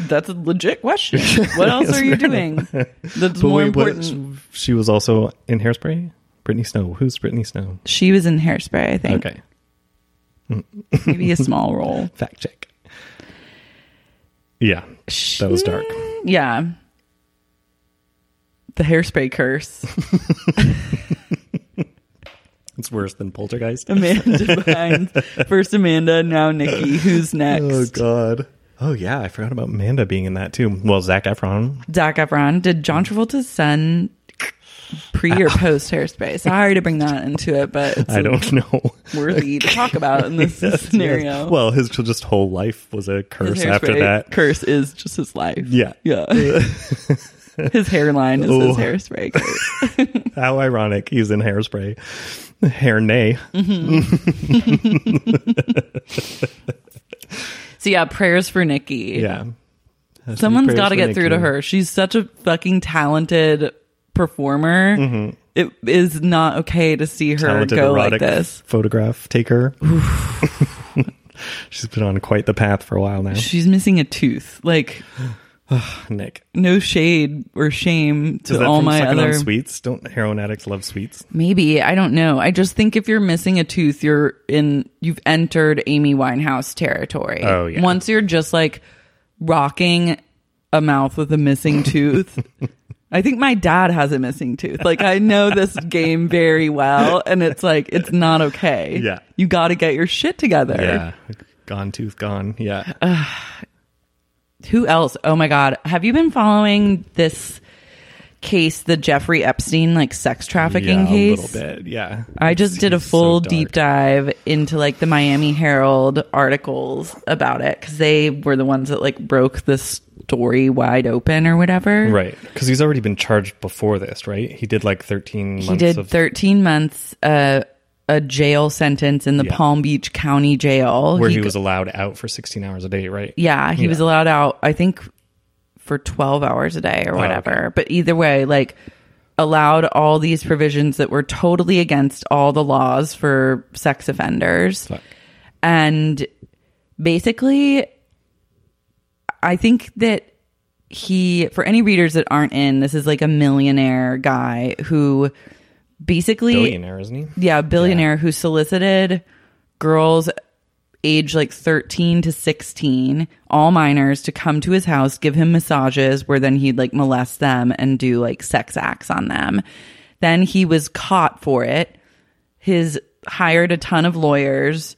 S1: That's a legit question. What else are you doing? That's
S2: But
S1: more
S2: wait, what-
S1: important.
S2: she was also in Hairspray. Brittany Snow. Who's Brittany Snow?
S1: She was in hairspray, I think.
S2: Okay,
S1: Maybe a small role.
S2: fact check. Yeah, that was dark.
S1: Yeah. The hairspray curse.
S2: It's worse than Poltergeist.
S1: Amanda Bynes. First Amanda, now Nikki. Who's
S2: Oh
S1: next?
S2: God. Oh yeah, I forgot about Amanda being in that too. Well, Zach Efron.
S1: Zac Efron. Did John Travolta's son pre or post hairspray? Sorry to bring that into it, but it's
S2: I don't know.
S1: worthy to talk about in this scenario.
S2: Well, his just whole life was a
S1: His
S2: curse after
S1: hairspray
S2: that.
S1: curse is just his life.
S2: Yeah.
S1: Yeah. his hairline is
S2: Oh.
S1: his hairspray curse.
S2: How ironic. He's in hairspray. Hair nay.
S1: Mm. So yeah, prayers for Nikki.
S2: Yeah. Has to be
S1: Someone's
S2: prayers
S1: got to
S2: for
S1: get through to
S2: Nikki.
S1: her. She's such a fucking talented performer. It is not okay to see her
S2: Mm-hmm. Talented
S1: go like
S2: erotic
S1: this.
S2: photograph taker. She's been on quite the path for a while now.
S1: She's missing a tooth. Like
S2: Nick.
S1: no shade or shame
S2: Is
S1: to
S2: that
S1: all
S2: from
S1: my
S2: sucking
S1: other
S2: on sweets? Don't heroin addicts love sweets?
S1: Maybe, I don't know. I just think if you're missing a tooth, you're in you've entered Amy Winehouse territory.
S2: Oh, yeah.
S1: Once you're just like rocking a mouth with a missing tooth. I think my dad has a missing tooth. Like I know this game very well and it's like it's not okay.
S2: Yeah.
S1: You got to get your shit together.
S2: Yeah. Gone tooth gone. Yeah.
S1: Who else? Oh my god. Have you been following this case, the Jeffrey Epstein like sex trafficking
S2: yeah,
S1: case?
S2: a little bit. Yeah.
S1: I just did a
S2: It's
S1: full
S2: so dark.
S1: deep dive into like the Miami Herald articles about it because they were the ones that like broke the story wide open or whatever.
S2: Right. Because he's already been charged before this, right? He did like 13
S1: He
S2: months
S1: did
S2: of
S1: 13 months, uh, a jail sentence in the
S2: Yeah.
S1: Palm Beach County Jail.
S2: where he,
S1: go-
S2: was allowed out for 16 hours a day, right?
S1: Yeah, he was
S2: Yeah.
S1: allowed out, I think, for 12 hours a day or
S2: Oh,
S1: whatever. But either way, like, allowed all these provisions that were totally against all the laws for sex offenders. And basically, I think that he, for any readers that aren't in, this is like a millionaire guy who basically
S2: Billionaire, isn't he?
S1: yeah, a billionaire who solicited girls age like 13 to 16, all minors, to come to his house, give him massages, where then he'd like molest them and do like sex acts on them. Then he was caught for it. His hired a ton of lawyers,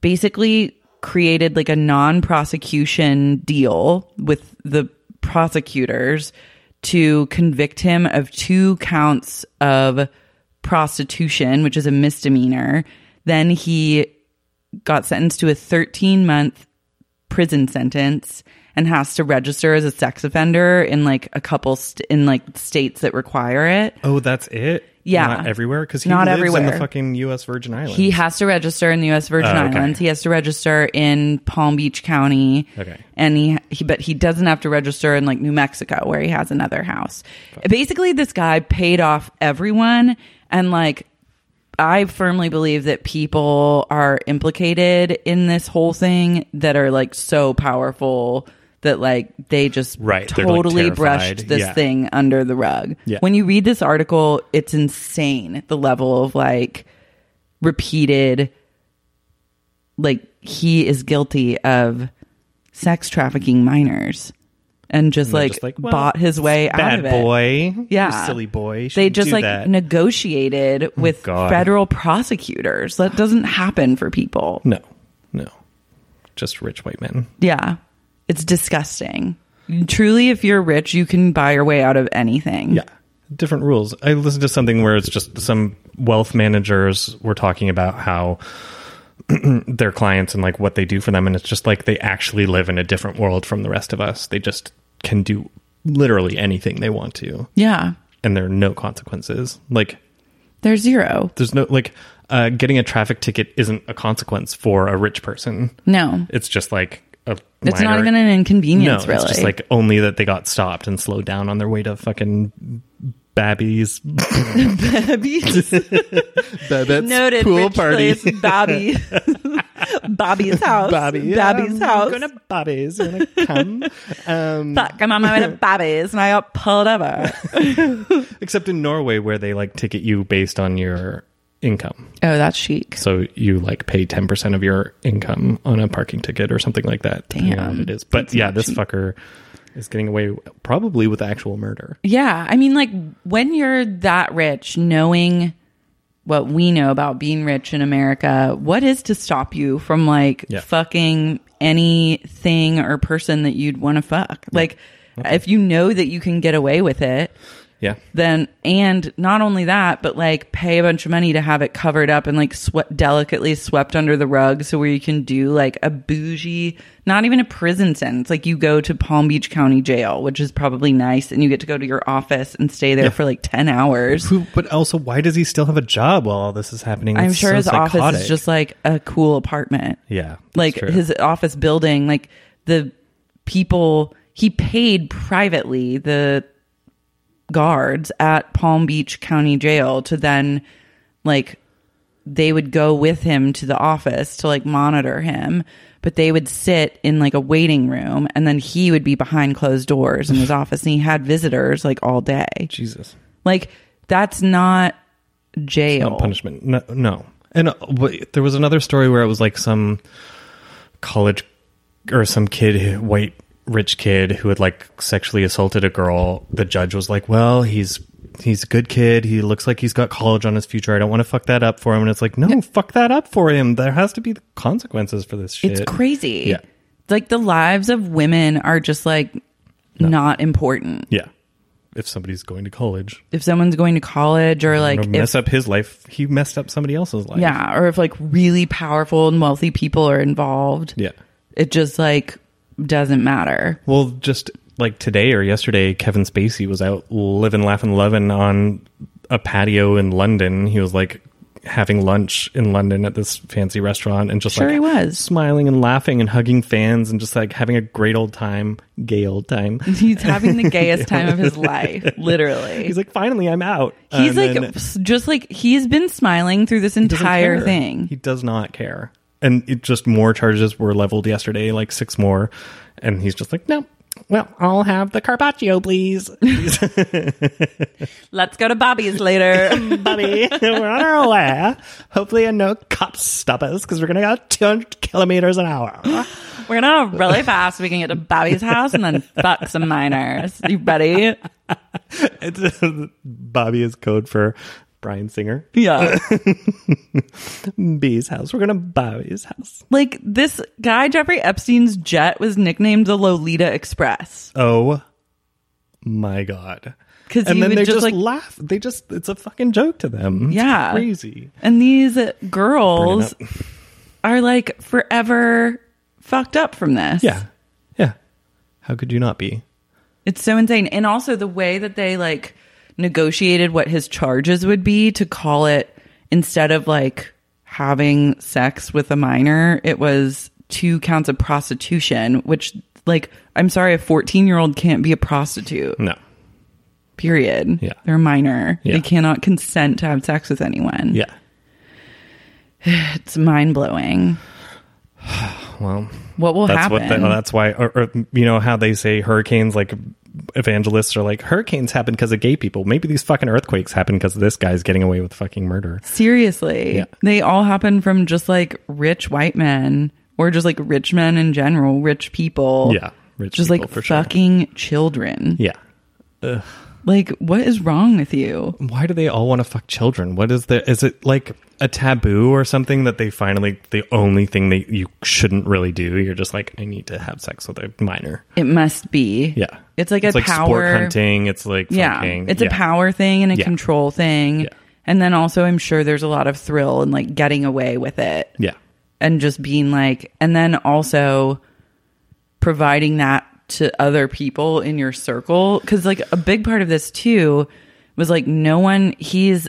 S1: basically created like a non prosecution deal with the prosecutors to convict him of two counts of prostitution, which is a misdemeanor. Then he got sentenced to a 13 month prison sentence and has to register as a sex offender in like a couple st- in like states that require it.
S2: Oh, that's it?
S1: Yeah.
S2: Not everywhere? Because he
S1: Not
S2: lives in the
S1: everywhere.
S2: fucking U.S. Virgin Islands.
S1: He has to register in the U.S. Virgin
S2: Oh, okay.
S1: Islands. He has to register in Palm Beach County.
S2: Okay.
S1: and he, he but he doesn't have to register in like New Mexico where he has another house. Basically, this guy paid off everyone, and like I firmly believe that people are implicated in this whole thing that are like so powerful that like they just
S2: Right, they're, like,
S1: totally
S2: terrified.
S1: brushed this
S2: Yeah.
S1: thing under the rug.
S2: Yeah.
S1: When you read this article, it's insane the level of like repeated like he is guilty of sex trafficking minors and just
S2: they're
S1: like,
S2: just like,
S1: bought
S2: well,
S1: his way out
S2: Bad
S1: of it
S2: boy.
S1: yeah
S2: You silly boy.
S1: they
S2: Shouldn't
S1: just
S2: do
S1: like
S2: that. Oh,
S1: negotiated with
S2: God.
S1: federal prosecutors that doesn't happen for people
S2: No. No. Just rich white men.
S1: yeah it's disgusting truly if you're rich you can buy your way out of anything
S2: Yeah. Different rules. I listened to something where it's just some wealth managers were talking about how their clients and like what they do for them and it's just like they actually live in a different world from the rest of us they just can do literally anything they want to
S1: Yeah.
S2: and there are no consequences like
S1: There's zero.
S2: there's no like uh, getting a traffic ticket isn't a consequence for a rich person
S1: No.
S2: it's just like a
S1: It's not
S2: minor-
S1: even an
S2: no
S1: inconvenience, really.
S2: it's just like only that they got stopped and slowed down on their way to fucking babbies
S1: Bobby's
S2: babbitt's
S1: noted
S2: pool
S1: rich
S2: party
S1: place, Bobby. Bobby's house.
S2: Bobby,
S1: Bobby's
S2: I'm
S1: house.
S2: going to Bobby's. You want to come? um,
S1: Fuck, I'm on my way to Bobby's and I got pulled over.
S2: except in Norway, where they like ticket you based on your income.
S1: Oh, that's chic.
S2: So you like pay ten percent of your income on a parking ticket or something like that. depending on
S1: Damn.
S2: what it is. But
S1: That's
S2: yeah,
S1: not
S2: this
S1: cheap.
S2: fucker is getting away probably with actual murder.
S1: Yeah. I mean, like when you're that rich, knowing what we know about being rich in America, what is to stop you from like
S2: Yeah.
S1: fucking anything or person that you'd want to fuck? Like, if you know that you can get away with it,
S2: Yeah,
S1: then and not only that but like pay a bunch of money to have it covered up and like swept delicately swept under the rug so where you can do like a bougie not even a prison sentence like you go to palm beach county jail which is probably nice and you get to go to your office and stay there for like 10 hours
S2: Who, but also, why does he still have a job while all this is happening?
S1: i'm
S2: It's
S1: sure
S2: so
S1: his office
S2: psychotic.
S1: is just like a cool apartment
S2: yeah, that's
S1: like
S2: true.
S1: his office building like the people he paid privately the guards at Palm Beach County Jail to then like they would go with him to the office to like monitor him but they would sit in like a waiting room and then he would be behind closed doors in his office and he had visitors like all day
S2: Jesus.
S1: like that's not jail
S2: not punishment. No, no. And uh, wait, there was another story where it was like some college or some kid, who- white rich kid, who had like sexually assaulted a girl. The judge was like, "Well, he's he's a good kid. He looks like he's got college on his future. I don't want to fuck that up for him." And it's like, "No, fuck that up for him. There has to be consequences for this shit."
S1: It's crazy.
S2: Yeah.
S1: Like the lives of women are just like not important.
S2: yeah. If somebody's going to college,
S1: If someone's going to college or like
S2: like
S1: if
S2: mess up his life, he messed up somebody else's life.
S1: yeah, or if like really powerful and wealthy people are involved,
S2: Yeah.
S1: it just like doesn't matter.
S2: Well, just like today or yesterday, Kevin Spacey was out living, laughing, loving on a patio in London. He was like having lunch in London at this fancy restaurant and just
S1: Sure
S2: like
S1: he was.
S2: smiling and laughing and hugging fans and just like having a great old time, gay old time.
S1: He's having the gayest time of his life, literally.
S2: He's like, finally, I'm out.
S1: He's
S2: And
S1: like
S2: then
S1: s- just like he's been smiling through this
S2: he doesn't
S1: entire
S2: care.
S1: thing.
S2: He does not care. And it just more charges were leveled yesterday, like six more. And he's just like, no, well, I'll have the carpaccio, please.
S1: Let's go to Bobby's later.
S2: buddy. we're on our way. Hopefully, no cops stop us because we're going to go 200 kilometers an hour.
S1: We're gonna go really fast. We can get to Bobby's house and then fuck some minors. You ready?
S2: It's, uh, Bobby is code for Brian Singer.
S1: Yeah.
S2: B's house. We're going to Bobby's house.
S1: Like this guy, Jeffrey Epstein's jet was nicknamed the Lolita Express
S2: Oh my God.
S1: because
S2: And
S1: he
S2: then
S1: would
S2: they
S1: just,
S2: just,
S1: like,
S2: laugh. They just, it's a fucking joke to them. It's
S1: Yeah.
S2: Crazy.
S1: and these girls are like forever fucked up from this.
S2: Yeah. Yeah. How could you not be?
S1: It's so insane. And also the way that they like negotiated what his charges would be to call it instead of like having sex with a minor, it was two counts of prostitution, which like I'm sorry, a 14 year old can't be a prostitute.
S2: No.
S1: Period.
S2: Yeah.
S1: They're minor.
S2: Yeah.
S1: They cannot consent to have sex with anyone.
S2: Yeah.
S1: It's mind blowing.
S2: Well,
S1: What will
S2: that's
S1: happen?
S2: what the, that's why or, or you know how they say hurricanes like evangelists are like hurricanes happen because of gay people maybe these fucking earthquakes happen because this guy's getting away with fucking murder
S1: Seriously.
S2: Yeah.
S1: They all happen from just like rich white men or just like rich men in general, rich people.
S2: Yeah, rich
S1: just
S2: people
S1: like
S2: for sure.
S1: fucking children.
S2: yeah
S1: Like, what is wrong with you?
S2: why do they all want to fuck children what is the is it like a taboo or something that they finally the only thing that you shouldn't really do you're just like i need to have sex with a minor
S1: It must be.
S2: yeah
S1: It's like a
S2: like
S1: power.
S2: sport hunting it's like
S1: Yeah.
S2: fucking-
S1: It's a
S2: yeah.
S1: power thing and a
S2: Yeah.
S1: control thing.
S2: Yeah.
S1: And then also, I'm sure there's a lot of thrill in like getting away with it.
S2: yeah
S1: and just being like, and then also providing that to other people in your circle. Cause like a big part of this too was like, no one, he's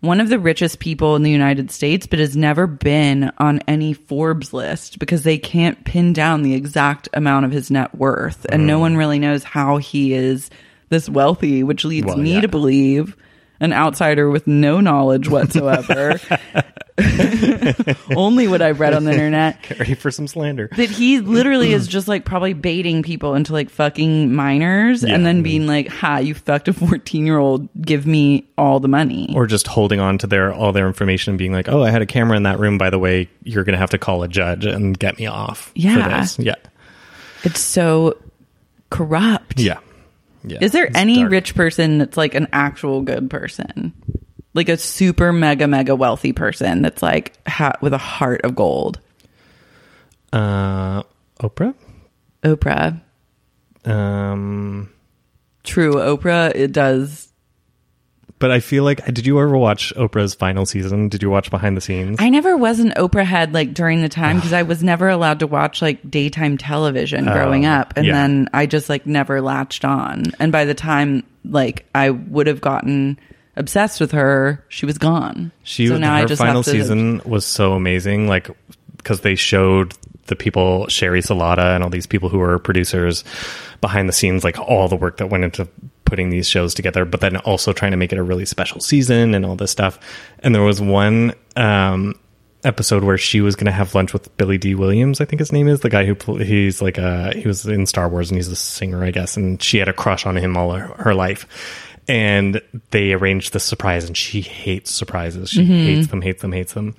S1: one of the richest people in the United States, but has never been on any Forbes list because they can't pin down the exact amount of his net worth. And
S2: Mm.
S1: no one really knows how he is this wealthy, which leads
S2: Well,
S1: me
S2: yeah.
S1: to believe an outsider with no knowledge whatsoever, only what I've read on the internet,
S2: Get ready for some slander.
S1: that he literally is just like probably baiting people into like fucking minors
S2: Yeah.
S1: and then being like, ha, you fucked a 14 year old, give me all the money.
S2: Or just holding on to their all their information and being like, Oh, I had a camera in that room, by the way, you're gonna have to call a judge and get me off. for
S1: Yeah.
S2: this." Yeah.
S1: It's so corrupt.
S2: Yeah. Yeah.
S1: Is there
S2: It's
S1: any
S2: dark.
S1: rich person that's like an actual good person? Like a super mega mega wealthy person that's like ha- with a heart of gold.
S2: uh Oprah?
S1: Oprah.
S2: Um
S1: True Oprah it does.
S2: but I feel like did you ever watch Oprah's final season? Did you watch behind the scenes?
S1: I never was an Oprah head like during the time because I was never allowed to watch like daytime television growing up and
S2: Oh, yeah.
S1: then I just like never latched on. And by the time like I would have gotten obsessed with her, she was gone.
S2: She
S1: so now
S2: her
S1: I just
S2: final
S1: have to,
S2: season was so amazing, like because they showed the people Sherry Salata and all these people who were producers behind the scenes, like all the work that went into putting these shows together, but then also trying to make it a really special season and all this stuff. And there was one um, episode where she was going to have lunch with Billy D. Williams, I think his name is the guy who pl- he's like a he was in Star Wars and he's a singer, I guess, and she had a crush on him all her, her life and they arranged the surprise and she hates surprises she hates them hates them hates them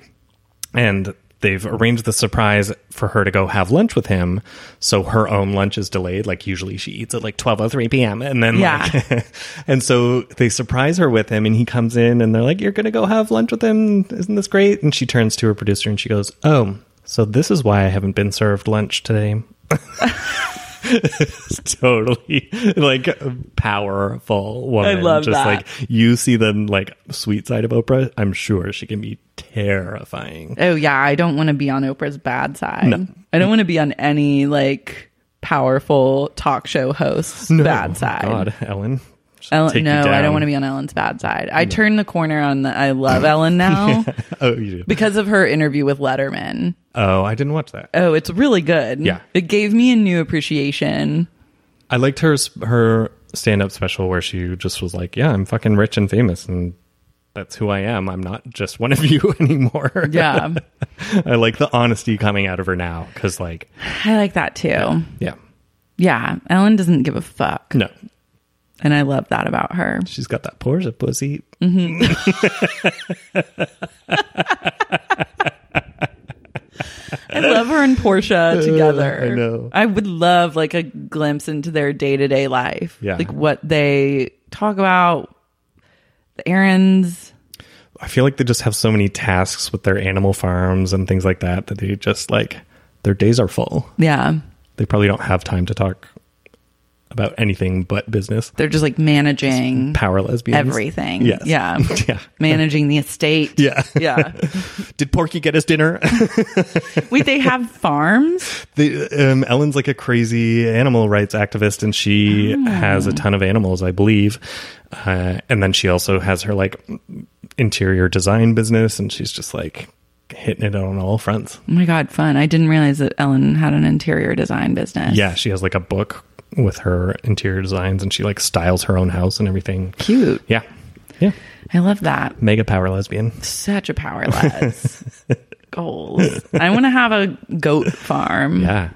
S2: and they've arranged the surprise for her to go have lunch with him so her own lunch is delayed like usually she eats at like oh 12 or 3 p.m and then
S1: Yeah.
S2: like and so they surprise her with him and he comes in and they're like you're gonna go have lunch with him isn't this great and she turns to her producer and she goes oh so this is why i haven't been served lunch today totally like powerful woman.
S1: love
S2: Just
S1: that.
S2: like you see the like sweet side of Oprah. I'm sure she can be terrifying.
S1: Oh yeah, I don't want to be on Oprah's bad side. I don't want to be on any like powerful talk show host's bad side.
S2: Oh God, Ellen. she'll
S1: Ellen,
S2: take you
S1: no, I
S2: down.
S1: don't want to be on Ellen's bad side. I turn the corner on the I love Ellen now
S2: Oh, you do.
S1: because of her interview with Letterman.
S2: Oh, I didn't watch that.
S1: Oh, it's really good.
S2: Yeah.
S1: It gave me a new appreciation.
S2: I liked her her stand up special where she just was like, "Yeah, I'm fucking rich and famous, and that's who I am. I'm not just one of you anymore."
S1: Yeah.
S2: I like the honesty coming out of her now because, like,
S1: I like that too.
S2: yeah,
S1: Yeah. Ellen doesn't give a fuck.
S2: no,
S1: And I love that about her.
S2: she's got that Porsche pussy.
S1: I love her and Portia together.
S2: I know.
S1: I would love like a glimpse into their day to day life.
S2: Yeah.
S1: Like what they talk about, the errands.
S2: I feel like they just have so many tasks with their animal farms and things like that that they just like their days are full.
S1: Yeah.
S2: They probably don't have time to talk about anything but business.
S1: They're just like managing
S2: Power lesbians.
S1: everything.
S2: Yes.
S1: Yeah.
S2: Yeah.
S1: managing the estate.
S2: Yeah.
S1: Yeah.
S2: Did Porky get his dinner?
S1: Wait, they have farms?
S2: the, um, Ellen's like a crazy animal rights activist, and she has a ton of animals, I believe. Uh, and then she also has her like interior design business, and she's just like hitting it on all fronts.
S1: Oh my God, fun. I didn't realize that Ellen had an interior design business.
S2: Yeah, she has like a book with her interior designs and she like styles her own house and everything.
S1: Cute.
S2: Yeah. Yeah.
S1: I love that.
S2: Mega power lesbian.
S1: Such a powerless goals. I want to have a goat farm.
S2: Yeah.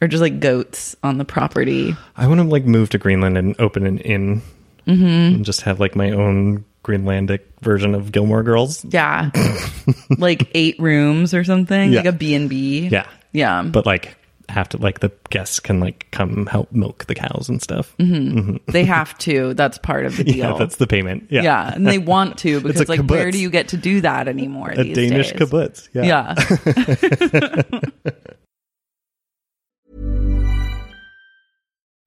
S1: or just like goats on the property.
S2: I want to like move to Greenland and open an inn
S1: Mm-hmm.
S2: and just have like my own Greenlandic version of Gilmore Girls.
S1: Yeah. like eight rooms or something,
S2: Yeah.
S1: like a B&B.
S2: Yeah.
S1: Yeah.
S2: But like have to like the guests can like come help milk the cows and stuff.
S1: Mm-hmm. they have to. That's part of the deal.
S2: Yeah, that's the payment. Yeah.
S1: Yeah, and they want to because like where
S2: kibbutz.
S1: do you get to do that anymore?
S2: A
S1: these
S2: Danish
S1: days?
S2: kibbutz.
S1: Yeah.
S2: Yeah.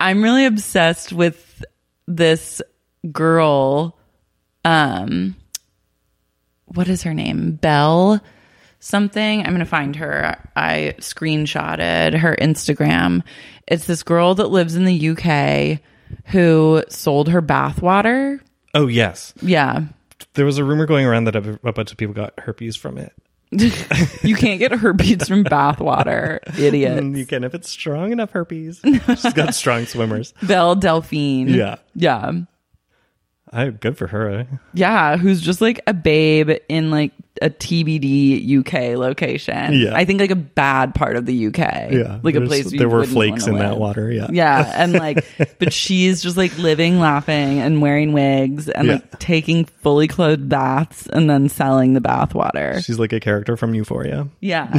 S1: I'm really obsessed with this girl. Um, what is her name? Belle something. I'm going to find her. I screenshotted her Instagram. It's this girl that lives in the UK who sold her bathwater.
S2: Oh yes,
S1: Yeah.
S2: there was a rumor going around that a, a bunch of people got herpes from it.
S1: You can't get herpes from bathwater, idiot.
S2: And you can if it's strong enough herpes. She's got strong swimmers.
S1: Belle Delphine.
S2: Yeah.
S1: Yeah.
S2: I good for her. eh?
S1: Yeah, who's just like a babe in like a TBD UK location.
S2: Yeah.
S1: I think like a bad part of the UK.
S2: Yeah,
S1: Like a
S2: There's-
S1: place you
S2: there were
S1: wouldn't
S2: flakes
S1: wanna
S2: in that
S1: live.
S2: water. Yeah,
S1: Yeah. And like, but she's just like living, laughing, and wearing wigs and
S2: Yeah.
S1: like taking fully clothed baths and then selling the bathwater.
S2: She's like a character from Euphoria.
S1: Yeah.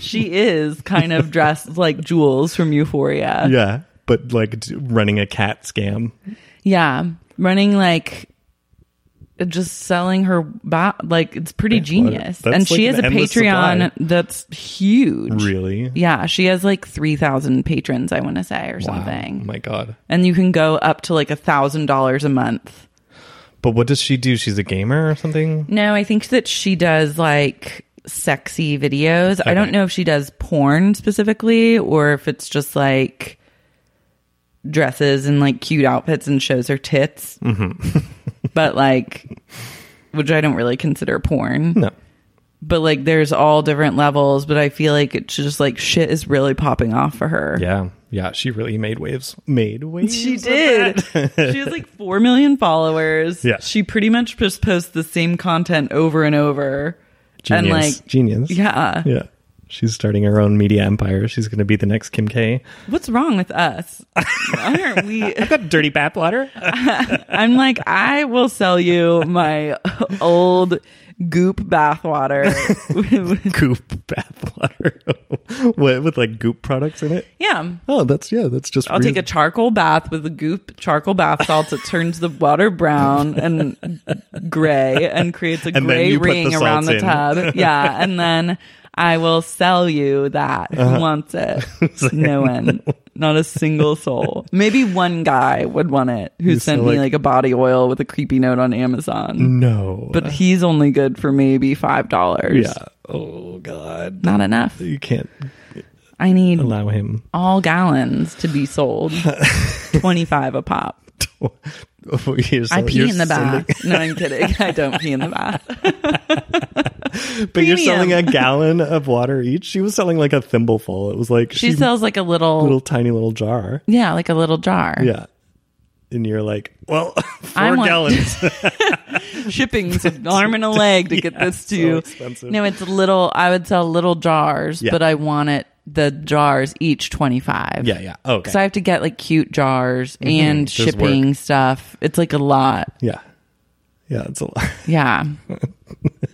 S1: she is kind of dressed like Jules from Euphoria.
S2: Yeah, but like d- running a cat scam.
S1: Yeah. Running like, just selling her bath. Like, it's pretty genius.
S2: that's
S1: and she has
S2: like
S1: a
S2: an endless
S1: Patreon
S2: supply.
S1: that's huge.
S2: Really?
S1: Yeah. She has like 3,000 patrons, I want to say, or
S2: Oh
S1: something.
S2: my god.
S1: And you can go up to like a thousand dollars a month.
S2: But what does she do? She's a gamer or something.
S1: No, I think that she does like sexy videos. I don't
S2: Okay.
S1: know if she does porn specifically or if it's just like dresses and like cute outfits and shows her tits. Mm-hmm. but like, which I don't really consider porn.
S2: No.
S1: But like, there's all different levels. But I feel like it's just like shit is really popping off for her.
S2: Yeah, yeah. She really made waves. Made waves.
S1: She did. she has like 4 million followers.
S2: Yeah.
S1: She pretty much just posts the same content over and over.
S2: Genius.
S1: And like,
S2: genius.
S1: yeah.
S2: Yeah. She's starting her own media empire. She's going to be the next Kim K.
S1: What's wrong with us? Why aren't we?
S2: got dirty bathwater.
S1: I'm like, I will sell you my old goop bathwater.
S2: goop bathwater. what with like goop products in it?
S1: yeah.
S2: Oh, that's yeah. That's just.
S1: I'll take a charcoal bath with the goop charcoal bath salts. It turns the water brown and gray and creates a
S2: then
S1: gray
S2: you put
S1: ring
S2: the
S1: around the
S2: salts in.
S1: tub. Yeah. And then I will sell you that.
S2: Uh-huh.
S1: Who wants it? no one. Not a single soul. Maybe one guy would want it who sent
S2: sell, Mm.
S1: me
S2: like-
S1: like a body oil with a creepy note on Amazon.
S2: no.
S1: But he's only good for maybe $5.
S2: yeah. Oh God.
S1: Not enough.
S2: You can't
S1: I need
S2: allow him.
S1: all gallons to be sold, 25 a pop.
S2: You're
S1: I
S2: selling-
S1: pee
S2: you're
S1: in the
S2: sending-
S1: bath. No, I'm kidding. I don't pee in the bath.
S2: but you're
S1: Premium.
S2: selling a gallon of water each. She was selling like a thimbleful. It was like
S1: She sells like a little,
S2: little tiny little jar.
S1: yeah, like a little jar.
S2: Yeah. And you're like, well, four
S1: I want-
S2: gallons.
S1: Shipping's an arm and a leg to get this to
S2: so
S1: you.
S2: expensive.
S1: No, it's little. I would sell little jars,
S2: Yeah.
S1: but I want it the jars each 25.
S2: yeah, yeah. Okay.
S1: So I have to get like cute jars and
S2: There's work.
S1: shipping stuff. It's like a lot.
S2: yeah. Yeah, it's a lot.
S1: Yeah. a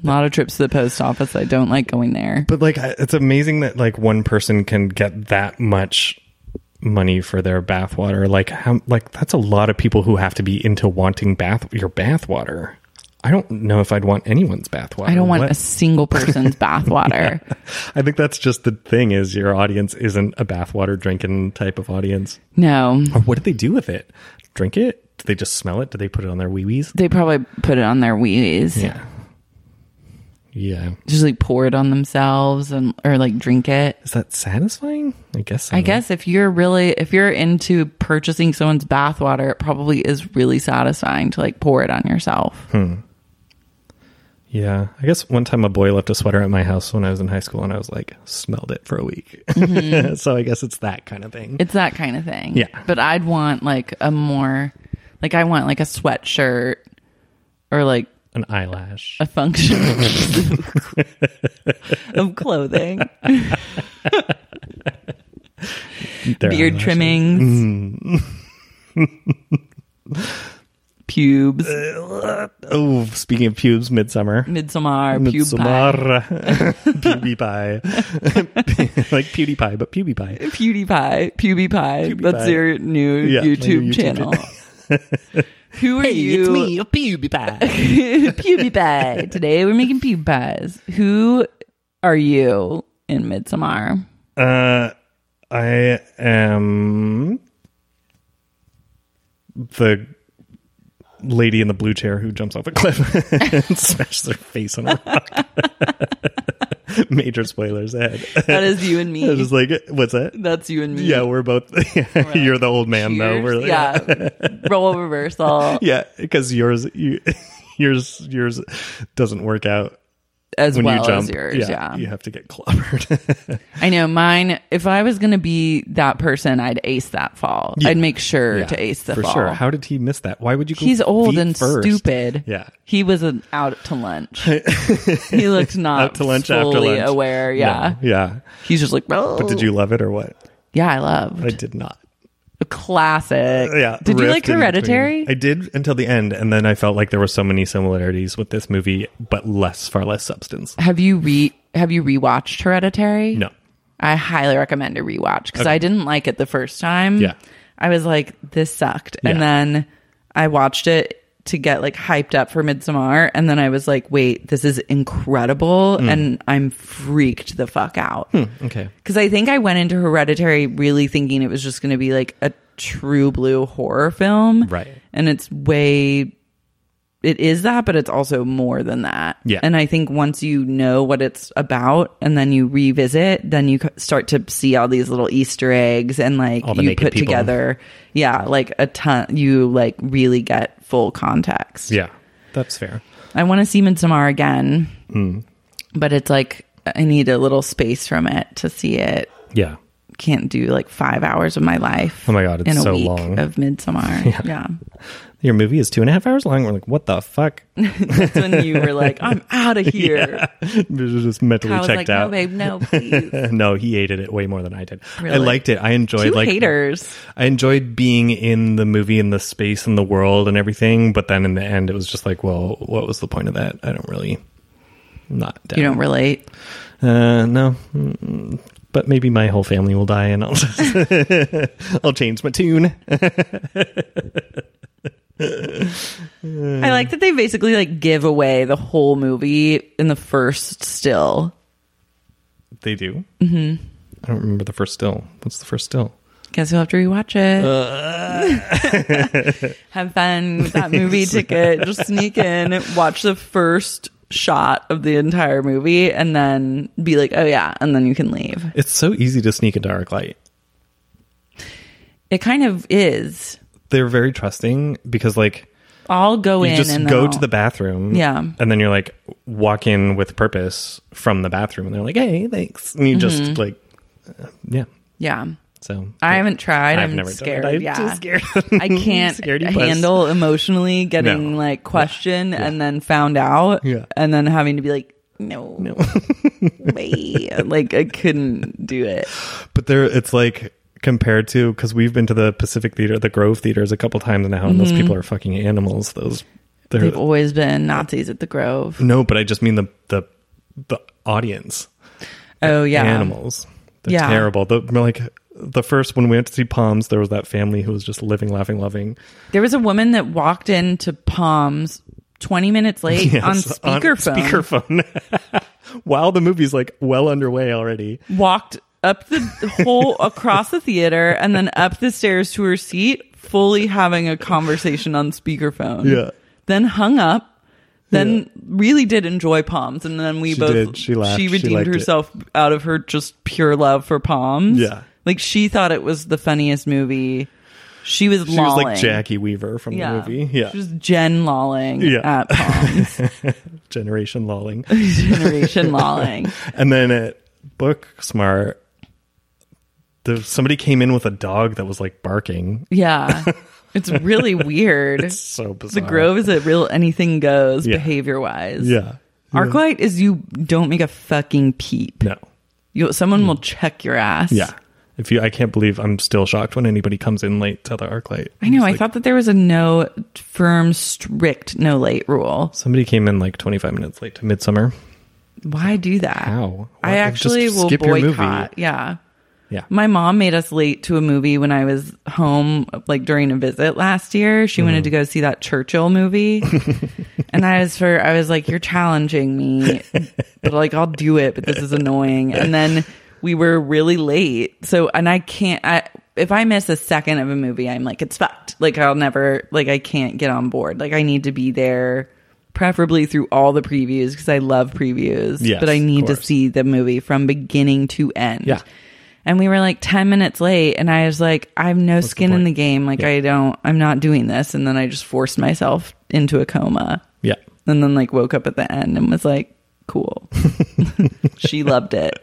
S1: lot of trips to the post office. I don't like going there.
S2: But like, I- it's amazing that like one person can get that much money for their bathwater. Like, how? Like, that's a lot of people who have to be into wanting bath your bathwater. I don't know if I'd want anyone's bathwater.
S1: I don't want
S2: What-
S1: a single person's bathwater.
S2: I think that's just the thing is your audience isn't a bathwater drinking type of audience.
S1: No.
S2: Or what do they do with it? Drink it? Do they just smell it? Do they put it on their wee wees?
S1: They probably put it on their wheelies.
S2: Yeah. Yeah.
S1: Just like pour it on themselves and or like drink it.
S2: Is that satisfying? I guess so.
S1: I guess if you're really if you're into purchasing someone's bathwater, it probably is really satisfying to like pour it on yourself.
S2: Hmm. Yeah. I guess one time a boy left a sweater at my house when I was in high school and I was like, smelled it for a week.
S1: Mm-hmm.
S2: so I guess it's that kind of thing.
S1: It's that kind of thing.
S2: Yeah.
S1: But I'd want like a more like I want like a sweatshirt or like
S2: an eyelash.
S1: a function of clothing,
S2: Their
S1: beard
S2: eyelashes.
S1: trimmings,
S2: Mm.
S1: pubes,
S2: Oh, speaking of pubes, midsummer.
S1: midsummer, pube pie,
S2: Midsommar. Pewdie pie. like PewDiePie, but pewdie pie.
S1: pewdie pie, pubie pie.
S2: Pubie
S1: That's
S2: pie.
S1: your new
S2: Yeah, my new
S1: YouTube
S2: YouTube
S1: channel. Who are you?
S2: pewdie pie.
S1: pubie pie. Today we're making pube pies. Who are you in Midsommar?
S2: Uh, I am the lady in the blue chair who jumps off a cliff and smashes her face on a rock. Major spoilers ahead.
S1: That is you and me.
S2: I was just like, what's that?
S1: That's you and me.
S2: Yeah, we're both. you're the old man, though.
S1: Cheers.
S2: We're like,
S1: yeah. Role reversal
S2: yeah, because yours, you, yours, yours doesn't work out
S1: as
S2: when
S1: well
S2: you jump.
S1: as yours. Yeah.
S2: you have to get clobbered.
S1: I know mine. If I was going to be that person, I'd ace that fall. I'd make sure to ace the
S2: for
S1: fall.
S2: sure. How did he miss that? Why would you? Go
S1: He's old
S2: feet
S1: and
S2: first?
S1: stupid.
S2: Yeah.
S1: He was an out to lunch. he looked not
S2: Out to lunch
S1: fully
S2: after lunch.
S1: aware. Yeah.
S2: No, yeah.
S1: He's just like, oh.
S2: But did you love it or what?
S1: Yeah, I loved.
S2: I did not.
S1: Classic.
S2: Yeah.
S1: Did you
S2: riffed
S1: like
S2: in between.
S1: Hereditary?
S2: I did until the end, and then I felt like there were so many similarities with this movie, but less, far less substance.
S1: have you re Have you rewatched Hereditary?
S2: No.
S1: I highly recommend a rewatch because I didn't like it the first time.
S2: Yeah.
S1: I was like, this sucked. And
S2: Yeah.
S1: then I watched it to get like hyped up for Midsommar. And then I was like, wait, this is incredible.
S2: Mm.
S1: And I'm freaked the fuck out.
S2: Okay.
S1: Because I think I went into Hereditary really thinking it was just going to be like a true blue horror film.
S2: Right.
S1: And it's way, it is that, but it's also more than that.
S2: Yeah.
S1: And I think once you know what it's about and then you revisit, then you c- start to see all these little Easter eggs and like
S2: All the
S1: you
S2: naked
S1: put
S2: people.
S1: together, yeah, like a ton, you like really get full context.
S2: Yeah, that's fair.
S1: I want to see Midsommar again,
S2: Mm.
S1: but it's like, I need a little space from it to see it
S2: Yeah.
S1: can't do like five hours of my life.
S2: Oh my God, it's
S1: in a
S2: so
S1: week
S2: long.
S1: of Midsommar. Yeah.
S2: Your movie is two and a half hours long. We're like, what the fuck?
S1: that's when you were like, I'm out of here.
S2: This is just mentally
S1: I was like,
S2: checked
S1: no,
S2: out.
S1: babe, no, please.
S2: no, he hated it way more than I did. I
S1: Really?
S2: liked it. I enjoyed
S1: Two
S2: like
S1: haters.
S2: I enjoyed being in the movie and the space and the world and everything, but then in the end it was just like, well, what was the point of that? I don't really not down.
S1: You don't relate.
S2: uh no. Mm, But maybe my whole family will die and I'll I'll change my tune.
S1: I
S2: Mm.
S1: like that they basically like give away the whole movie in the first still.
S2: They do. Mhm.
S1: Mm-hmm.
S2: I don't remember the first still. What's the first still?
S1: Guess you'll have to rewatch it.
S2: Uh.
S1: have fun with that movie ticket. Just sneak in, watch the first shot of the entire movie, and then be like, oh yeah, and then you can leave.
S2: It's so easy to sneak into arc light.
S1: It kind of is.
S2: They're very trusting because like
S1: I'll go
S2: you
S1: in
S2: just
S1: and then
S2: go
S1: I'll-
S2: to the bathroom
S1: Yeah.
S2: and then you're like walk in with purpose from the bathroom and they're like hey thanks and you
S1: Mm-hmm.
S2: just like uh, yeah
S1: Yeah.
S2: so
S1: I haven't tried. i
S2: I've
S1: am
S2: never done it.
S1: scared.
S2: I'm
S1: yeah.
S2: too scared.
S1: I can't
S2: Scaredy puss.
S1: handle emotionally getting
S2: No.
S1: like questioned and then found out
S2: Yeah.
S1: and then having to be like, no, no way. Like I couldn't do it.
S2: but there it's like compared to because we've been to the pacific theater the grove theaters a couple times now and those people are fucking animals those they're
S1: Mm-hmm. They've always been Nazis at the Grove.
S2: no but i just mean the the the audience
S1: Oh yeah.
S2: animals. They're
S1: Yeah.
S2: terrible. The, like the first when we went to see Palms, there was that family who was just living, laughing, loving.
S1: There was a woman that walked into Palms 20 minutes late on
S2: Yes, on
S1: speakerphone.
S2: speakerphone. While the movie's like well underway already.
S1: walked up the whole across the theater and then up the stairs to her seat, fully having a conversation on speakerphone.
S2: Yeah.
S1: Then hung up. Then really did enjoy palms, and then we
S2: She
S1: both
S2: did. She laughed. She
S1: redeemed
S2: liked it.
S1: herself out of her just pure love for palms.
S2: Yeah.
S1: like she thought it was the funniest movie. She was
S2: She was
S1: lolling.
S2: like Jackie Weaver from
S1: Yeah,
S2: the movie. Yeah.
S1: she was Jen lolling
S2: Yeah.
S1: at palms.
S2: Generation lolling.
S1: Generation lolling.
S2: and then at Book Smart, the, somebody came in with a dog that was like barking.
S1: Yeah. It's really weird.
S2: It's so
S1: the
S2: bizarre.
S1: Grove is a real anything goes
S2: Yeah.
S1: behavior wise.
S2: Yeah.
S1: Arclight is you don't make a fucking peep.
S2: No. Mm.
S1: You, someone will check your ass.
S2: Yeah. If you, I can't believe I'm still shocked when anybody comes in late to the arc light.
S1: I know. I thought that there was a no firm, strict, no late rule.
S2: Somebody came in like 25 minutes late to Midsummer.
S1: Why do that?
S2: How? Why-
S1: I actually
S2: just
S1: will
S2: skip your movie.
S1: boycott. Yeah.
S2: Yeah.
S1: My mom made us late to a movie when I was home, like during a visit last year. She wanted to go see that Churchill movie. and I was for, I was like, you're challenging me, but like, I'll do it, but this is annoying. And then we were really late. So, and I can't, I, if I miss a second of a movie, I'm like, it's fucked. Like, I'll never, like, I can't get on board. Like, I need to be there, preferably through all the previews because I love previews.
S2: Yes,
S1: but I
S2: of
S1: need to
S2: course.
S1: see the movie from beginning to end.
S2: Yeah.
S1: And we were like 10 minutes late, and I was like, I have no skin in
S2: point?
S1: the game. Like, I don't, I'm not doing this. And then I just forced myself into a coma
S2: Yeah.
S1: and then like woke up at the end and was like, cool. she loved it.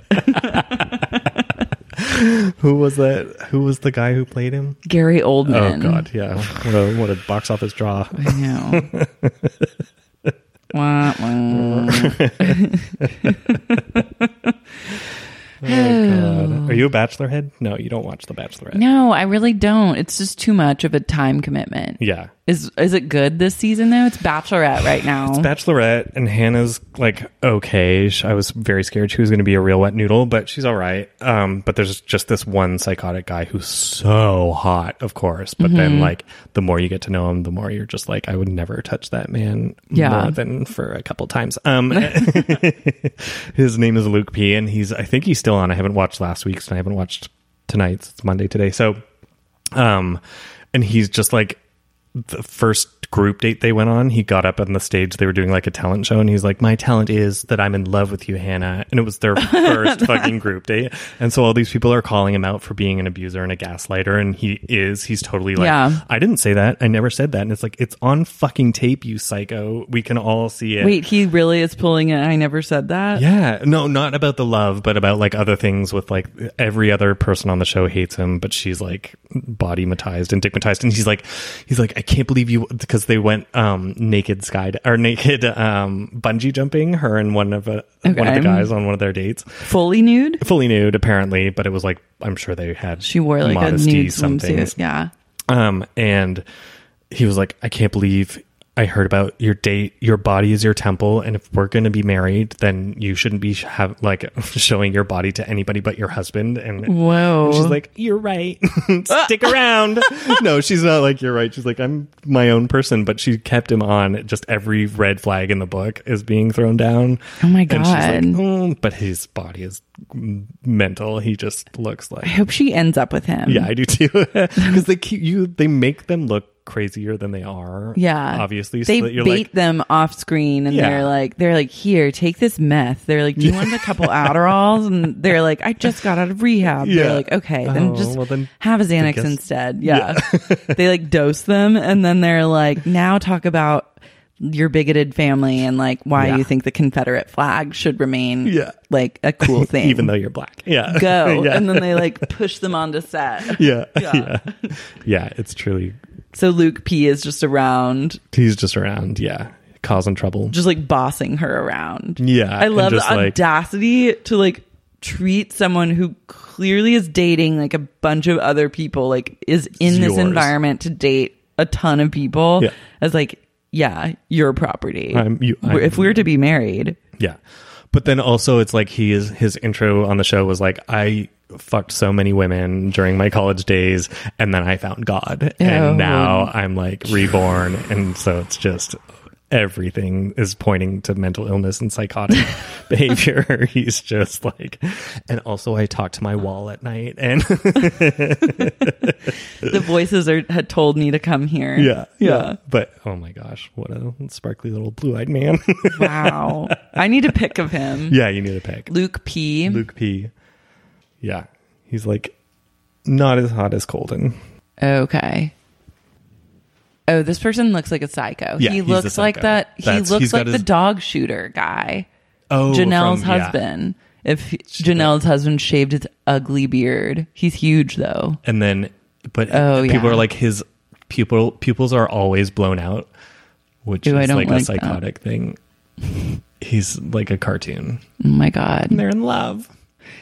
S2: Who was that? Who was the guy who played him?
S1: Gary
S2: Oh,
S1: Oldman.
S2: God. Yeah. What a, what a box office draw.
S1: I know. Wah, wah.
S2: Oh God. Are you a bachelor head? No, you don't watch The Bachelorette.
S1: No, I really don't. It's just too much of a time commitment.
S2: Yeah.
S1: Is is it good this season though? It's Bachelorette right now.
S2: Bachelorette and Hannah's like okay. Sh- I was very scared she was going to be a real wet noodle, but she's all right. Um, but there's just this one psychotic guy who's so hot, of course. But then like the more you get to know him, the more you're just like, I would never touch that man
S1: Yeah.
S2: more than for a couple times. Um, his name is Luke P, and he's I think he's still on. I haven't watched last week's, and I haven't watched tonight's. It's Monday today, so um, and he's just like the first group date they went on, he got up on the stage. They were doing like a talent show, and he's like, "My talent is that I'm in love with you, Hannah." And it was their first fucking group date, and so all these people are calling him out for being an abuser and a gaslighter, and he is. He's totally like,
S1: Yeah.
S2: "I didn't say that. I never said that." And it's like, "It's on fucking tape, you psycho. We can all see it."
S1: Wait, he really is pulling it. I never said that.
S2: Yeah, no, not about the love, but about like other things with like every other person on the show hates him, but she's like body matized and digmatized, and he's like, he's like, I can't believe you because they went um naked sky or naked um bungee jumping, her and one of uh, one of
S1: Okay.
S2: the guys on one of their dates,
S1: Fully nude?
S2: fully nude apparently, but it was like I'm sure they had
S1: She wore like
S2: modesty
S1: a nude
S2: somethings.
S1: swimsuit. Yeah.
S2: Um, and he was like, I can't believe I heard about your date. Your body is your temple, and if we're gonna be married, then you shouldn't be sh- have, like showing your body to anybody but your husband. And
S1: Whoa.
S2: and she's like, "You're right. Stick around." no, she's not like you're right. She's like, "I'm my own person," but she kept him on. Just every red flag in the book is being thrown down.
S1: Oh my
S2: And she's
S1: God.
S2: like, "Mm," but his body is mm, mental. He just looks like
S1: I hope she ends up with him.
S2: yeah, I do too. Because they keep you, they make them look crazier than they are.
S1: Yeah.
S2: obviously.
S1: They
S2: so that you're
S1: bait
S2: like,
S1: them off screen and
S2: Yeah.
S1: they're like they're like, here, take this meth. They're like, Do you want a couple Adderalls? And they're like, I just got out of rehab.
S2: Yeah.
S1: They're like, Okay, then
S2: Oh,
S1: just
S2: well then,
S1: have a Xanax
S2: guess-
S1: instead. Yeah. they like dose them and then they're like, Now talk about your bigoted family and like why
S2: Yeah.
S1: you think the Confederate flag should remain
S2: Yeah.
S1: like a cool thing.
S2: even though you're black, yeah,
S1: go.
S2: yeah.
S1: And then they like push them onto set.
S2: yeah, yeah,
S1: Yeah.
S2: yeah, It's truly
S1: So Luke P is just around,
S2: he's just around, yeah, causing trouble.
S1: just like bossing her around.
S2: Yeah,
S1: I love
S2: and
S1: the
S2: just, like-
S1: audacity to like treat someone who clearly is dating like a bunch of other people, like is in this
S2: yours.
S1: environment to date a ton of people
S2: Yeah.
S1: as like, yeah, your property.
S2: I'm- you- I'm-
S1: if we're to be married,
S2: Yeah. But then also it's like he is his intro on the show was like I fucked so many women during my college days and then I found God
S1: Oh.
S2: and now I'm like reborn and so it's just everything is pointing to mental illness and psychotic behavior. He's just like and also I talk to my wall at night and
S1: the voices are had told me to come here. yeah.
S2: But oh my gosh, what a sparkly little blue-eyed man.
S1: Wow. I need a pic of him.
S2: yeah, you need a pick.
S1: Luke P.
S2: Luke P. Yeah. He's like not as hot as Colden.
S1: Okay. Oh, this person looks like a psycho.
S2: Yeah,
S1: he
S2: he's a
S1: looks like
S2: psycho.
S1: that. He
S2: That's-
S1: looks
S2: he's got
S1: like the
S2: his-
S1: dog shooter guy,
S2: Oh,
S1: Janelle's
S2: from- yeah.
S1: husband. if Janelle's husband shaved his ugly beard. He's huge though.
S2: and then but
S1: Oh,
S2: people
S1: yeah.
S2: are like his pupil pupils are always blown out, which
S1: Ew, I
S2: is
S1: don't
S2: like,
S1: like that.
S2: a psychotic thing. He's like a cartoon.
S1: Oh my god.
S2: They're in love.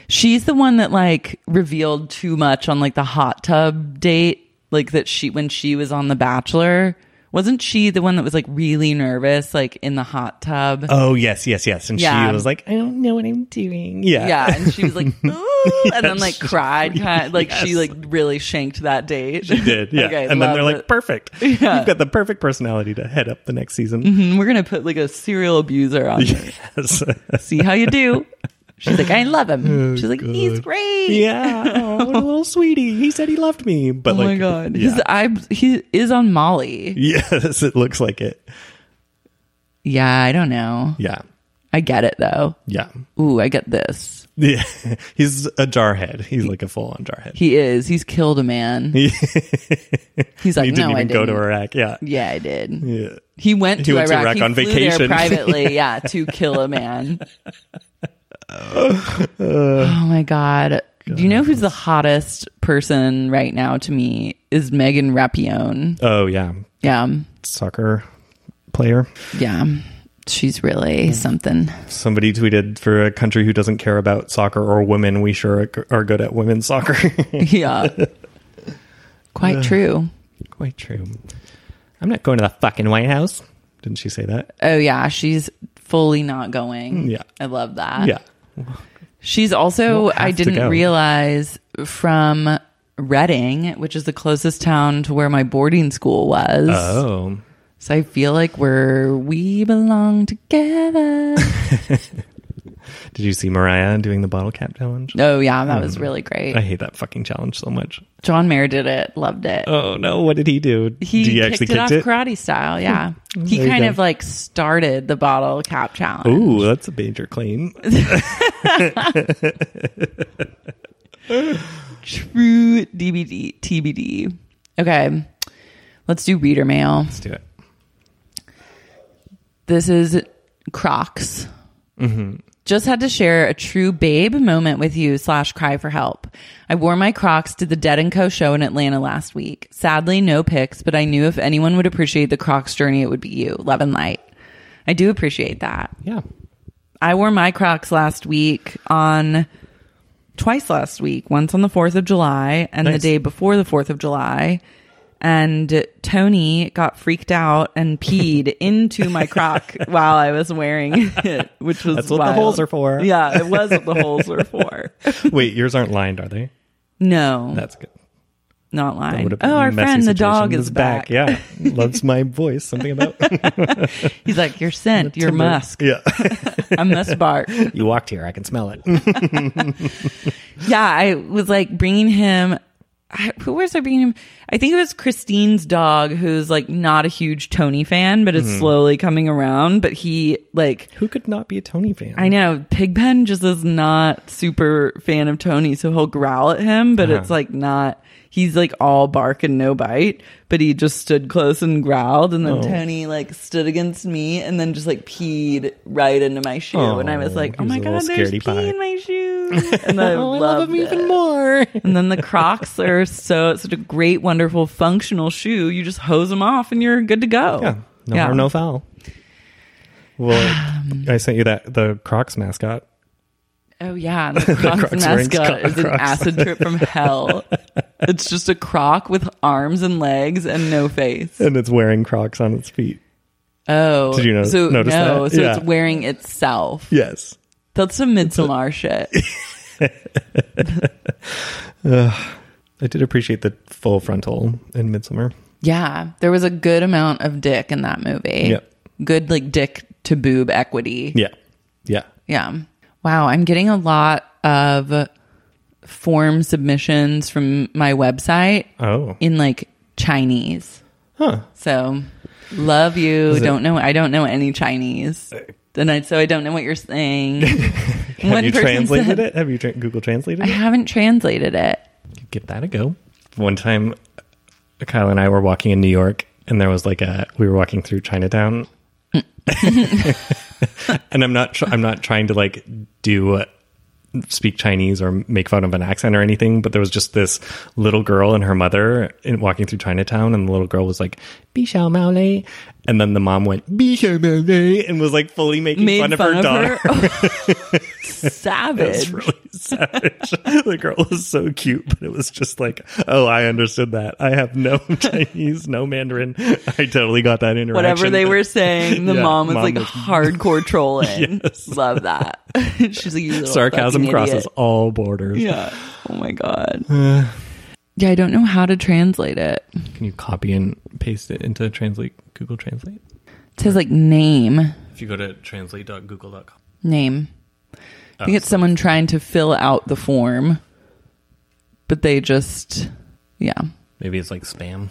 S1: She's the one that like revealed too much on like the hot tub date, like that she when she was on The Bachelor. Wasn't she the one that was like really nervous, like in the hot tub?
S2: Oh yes, yes, yes. And
S1: Yeah.
S2: she was like, I don't know what I'm doing. Yeah.
S1: yeah, and she was like, "Ooh," and then like
S2: Yes.
S1: cried, kind like she
S2: Yes.
S1: like really shanked that date.
S2: She did, yeah.
S1: Okay,
S2: and then
S1: love
S2: they're like,
S1: it.
S2: perfect. You've got the perfect personality to head up the next season.
S1: Mm, we're gonna put like a serial abuser on you.
S2: Yes. Oh,
S1: See how you do. She's like, I love him. She's like, he's great.
S2: yeah. Oh, what a little sweetie. He said he loved me. But
S1: Oh
S2: like
S1: my god,
S2: Yeah.
S1: his eye he is on Molly.
S2: yes, it looks like it.
S1: Yeah, I don't know.
S2: Yeah.
S1: I get it though.
S2: Yeah.
S1: Ooh, I get this.
S2: Yeah. He's a jarhead. He's like a full on jarhead.
S1: He is. He's killed a man. He's like,
S2: he didn't
S1: no, I didn't.
S2: even go to Iraq. Yeah.
S1: Yeah, I did.
S2: Yeah.
S1: He went to
S2: He went to
S1: Iraq
S2: Iraq
S1: He
S2: on
S1: flew there
S2: vacation.
S1: privately. yeah, to kill a man.
S2: Uh,
S1: oh my god. Do you know who's the hottest person right now to me is Megan Rappione.
S2: Oh yeah.
S1: Yeah.
S2: Soccer player.
S1: Yeah. She's really something.
S2: Somebody tweeted for a country who doesn't care about soccer or women, we sure are good at women's soccer.
S1: Yeah. Quite true.
S2: Quite true. I'm not going to the fucking White House. Didn't she say that?
S1: Oh yeah, she's fully not going.
S2: Yeah.
S1: I love that.
S2: yeah.
S1: She's also,
S2: Won't have
S1: I
S2: to go.
S1: didn't realize from Reading, which is the closest town to where my boarding school was.
S2: Oh.
S1: So I feel like we're, we belong together.
S2: Did you see Mariah doing the bottle cap challenge?
S1: oh, yeah, that was really great.
S2: Hmm. I hate that fucking challenge so much.
S1: John Mayer did it, loved it.
S2: Oh no, what did he do?
S1: he
S2: did
S1: kicked it off karate style. Yeah. He
S2: Hmm. There you
S1: kind
S2: go.
S1: of like started the bottle cap challenge.
S2: Ooh, that's a major claim.
S1: True DBD, TBD. Okay. Let's do reader mail.
S2: Let's do it.
S1: This is Crocs. Just had to share a true babe moment with you slash cry for help. I wore my Crocs to the Dead and Co show in Atlanta last week. Sadly, no pics, but I knew if anyone would appreciate the Crocs journey, it would be you. Love and light. I do appreciate that.
S2: Yeah.
S1: I wore my Crocs last week on twice last week, once on the 4th of July and the
S2: Nice.
S1: day before the 4th of July. And Tony got freaked out and peed into my croc while I was wearing it, which was
S2: That's what the
S1: wild.
S2: holes are for.
S1: Yeah, it was what the holes were for.
S2: Wait, yours aren't lined, are they?
S1: No,
S2: That's good.
S1: not lying.
S2: Would've been
S1: Oh,
S2: a
S1: our
S2: messy
S1: friend, the
S2: situation.
S1: dog, is
S2: It's
S1: back.
S2: Yeah. Loves my voice. Something about
S1: He's like, your scent, your
S2: timber.
S1: musk.
S2: Yeah.
S1: I must bark.
S2: you walked here, I can smell it.
S1: yeah, I was like bringing him. I- Who was I bringing him? I think it was Christine's dog, who's like not a huge Tony fan, but is slowly coming around. But he like
S2: Who could not be a Tony fan?
S1: I know Pigpen just is not super fan of Tony, so he'll growl at him, but
S2: Uh-huh.
S1: it's like not. He's like all bark and no bite, but he just stood close and growled, and then
S2: Oh.
S1: Tony like stood against me and then just like peed right into my shoe, and I was
S2: Oh,
S1: like, "Oh
S2: he's
S1: my
S2: a little
S1: god, there's
S2: scaredy
S1: pee
S2: pie. Oh,
S1: in my shoe!" And I, loved it.
S2: more.
S1: And then the Crocs are so such a great, wonderful, functional shoe. You just hose them off and you're good to go.
S2: Yeah. No harm, no foul. Well,
S1: Um.
S2: I sent you that the Crocs mascot.
S1: Oh yeah, and the Crocs,
S2: Crocs wearing
S1: mascot is an
S2: Crocs.
S1: acid trip from hell. it's just a Croc with arms and legs and no face.
S2: And it's wearing Crocs on its feet.
S1: Oh,
S2: Did you no-
S1: so,
S2: notice
S1: no,
S2: that?
S1: So
S2: Yeah.
S1: it's wearing itself.
S2: Yes.
S1: That's some Midsommar shit.
S2: I did appreciate the full frontal in Midsummer.
S1: Yeah, there was a good amount of dick in that movie.
S2: Yep.
S1: Good like dick to boob equity.
S2: Yeah. Yeah.
S1: Yeah. Wow. I'm getting a lot of form submissions from my website
S2: Oh.
S1: in like Chinese.
S2: Huh.
S1: So love you. don't know. I don't know any Chinese. And I, so I don't know what you're saying.
S2: Uh, Have
S1: One
S2: you
S1: person
S2: translated
S1: said-
S2: it? Have you tra- Google translated
S1: I
S2: it?
S1: haven't translated it.
S2: Give that a go. One time, Kyle and I were walking in New York, and there was like a we were walking through Chinatown, and I'm not tr- I'm not trying to like do uh, speak Chinese or make fun of an accent or anything, but there was just this little girl and her mother in, walking through Chinatown, and the little girl was like "Bi Xiao Mao Lei," and then the mom went "Bi Xiao Mao Lei" and was like fully making
S1: Made
S2: fun, of her daughter. It was
S1: Oh, Savage.
S2: really savage. the girl was so cute, but it was just like, oh, I understood that. I have no Chinese, no Mandarin. I totally got that interaction.
S1: Whatever they were saying, the
S2: Yeah,
S1: mom was
S2: mom
S1: like
S2: was-
S1: hardcore trolling. Love that. She's like, you little
S2: Sarcasm
S1: fucking
S2: crosses
S1: idiot.
S2: all borders.
S1: Yeah. Oh my god. yeah, I don't know how to translate it. It
S2: Can you copy and paste it into Translate Google Translate?
S1: says like name.
S2: If you go to translate.google.com.
S1: Name. I think it's someone trying to fill out the form. But they just yeah.
S2: Maybe it's like spam.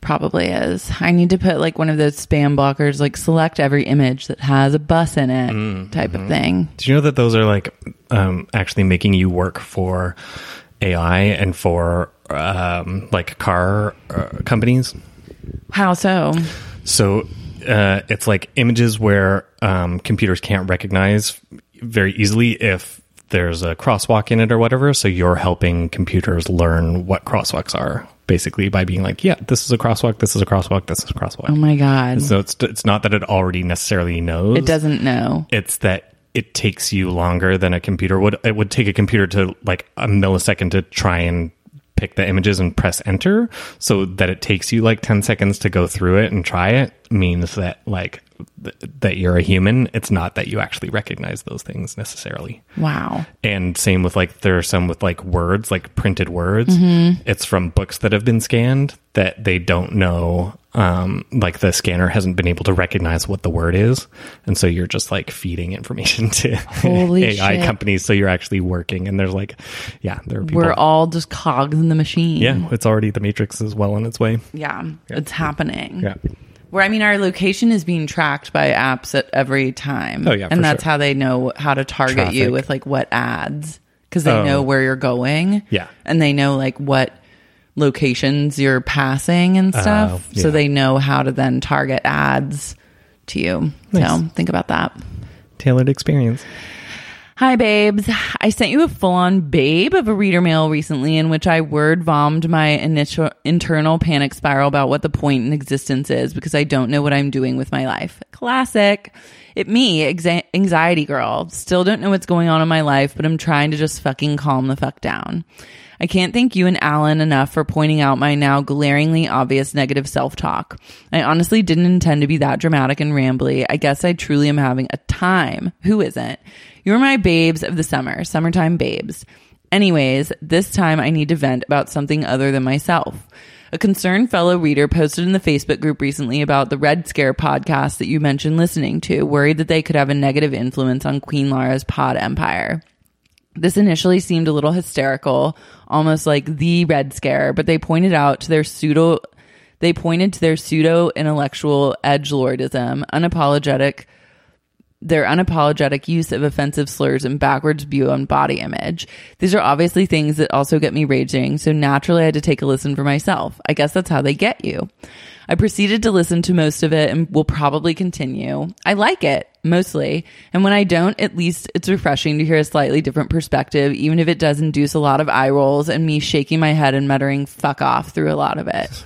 S1: Probably is. I need to put like one of those spam blockers, like select every image that has a bus in it
S2: Mm,
S1: type
S2: mm-hmm.
S1: of thing.
S2: Do you know that those are like um, actually making you work for AI and for um, like car uh, companies?
S1: How so?
S2: So uh, it's like images where um, computers can't recognize very easily if there's a crosswalk in it or whatever. So you're helping computers learn what crosswalks are basically by being like, yeah, this is a crosswalk, this is a crosswalk, this is a crosswalk.
S1: Oh my God.
S2: so it's it's not that it already necessarily knows.
S1: It doesn't know.
S2: It's that it takes you longer than a computer would. It would take a computer to like a millisecond to try and pick the images and press enter. So that it takes you like 10 seconds to go through it and try it means that like th- that you're a human. It's not that you actually recognize those things necessarily.
S1: Wow.
S2: And same with like there are some with like words, like printed words.
S1: Mm-hmm.
S2: It's from books that have been scanned that they don't know. Um, like the scanner hasn't been able to recognize what the word is, and so you're just like feeding information to
S1: Holy
S2: AI
S1: shit.
S2: companies. So you're actually working, and there's like, yeah, there are people.
S1: We're all just cogs in the machine.
S2: yeah, it's already the Matrix is well on its way.
S1: Yeah. It's happening.
S2: Yeah,
S1: Where I mean, our location is being tracked by apps at every time.
S2: Oh, yeah,
S1: And
S2: for
S1: that's
S2: sure.
S1: how they know how to target you
S2: Traffic.
S1: with like what ads because they
S2: Oh.
S1: know where you're going.
S2: Yeah.
S1: And they know like what locations you're passing and stuff.
S2: Oh,
S1: So
S2: yeah.
S1: they know how to then target ads to you. So
S2: Nice.
S1: think about that.
S2: tailored experience.
S1: Hi, babes. I sent you a full on babe of a reader mail recently in which I word vomed my initial internal panic spiral about what the point in existence is because I don't know what I'm doing with my life. Classic. It me, exa- anxiety girl. Still don't know what's going on in my life, but I'm trying to just fucking calm the fuck down. I can't thank you and Alan enough for pointing out my now glaringly obvious negative self talk. I honestly didn't intend to be that dramatic and rambly. I guess I truly am having a time. Who isn't? You're my babes of the summer, summertime babes. Anyways, this time I need to vent about something other than myself. A concerned fellow reader posted in the Facebook group recently about the Red Scare podcast that you mentioned listening to, worried that they could have a negative influence on Queen Lara's pod empire. This initially seemed a little hysterical, almost like the Red Scare, but they pointed out to their pseudo they pointed to their pseudo intellectual edge lordism, unapologetic their unapologetic use of offensive slurs and backwards view on body image. These are obviously things that also get me raging, so naturally I had to take a listen for myself. I guess that's how they get you. I proceeded to listen to most of it and will probably continue. I like it, mostly. And when I don't, at least it's refreshing to hear a slightly different perspective, even if it does induce a lot of eye rolls and me shaking my head and muttering fuck off through a lot of it.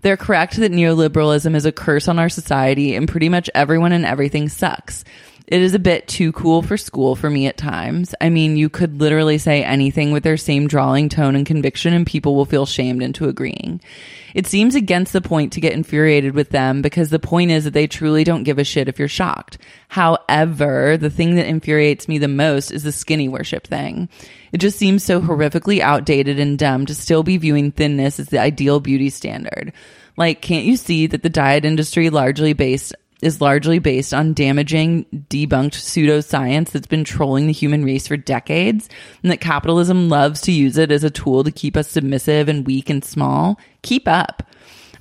S1: They're correct that neoliberalism is a curse on our society and pretty much everyone and everything sucks. It is a bit too cool for school for me at times. I mean, you could literally say anything with their same drawling tone and conviction and people will feel shamed into agreeing. It seems against the point to get infuriated with them because the point is that they truly don't give a shit if you're shocked. However, the thing that infuriates me the most is the skinny worship thing. It just seems so horrifically outdated and dumb to still be viewing thinness as the ideal beauty standard. Like, can't you see that the diet industry largely based is largely based on damaging, debunked pseudoscience that's been trolling the human race for decades, and that capitalism loves to use it as a tool to keep us submissive and weak and small? Keep up.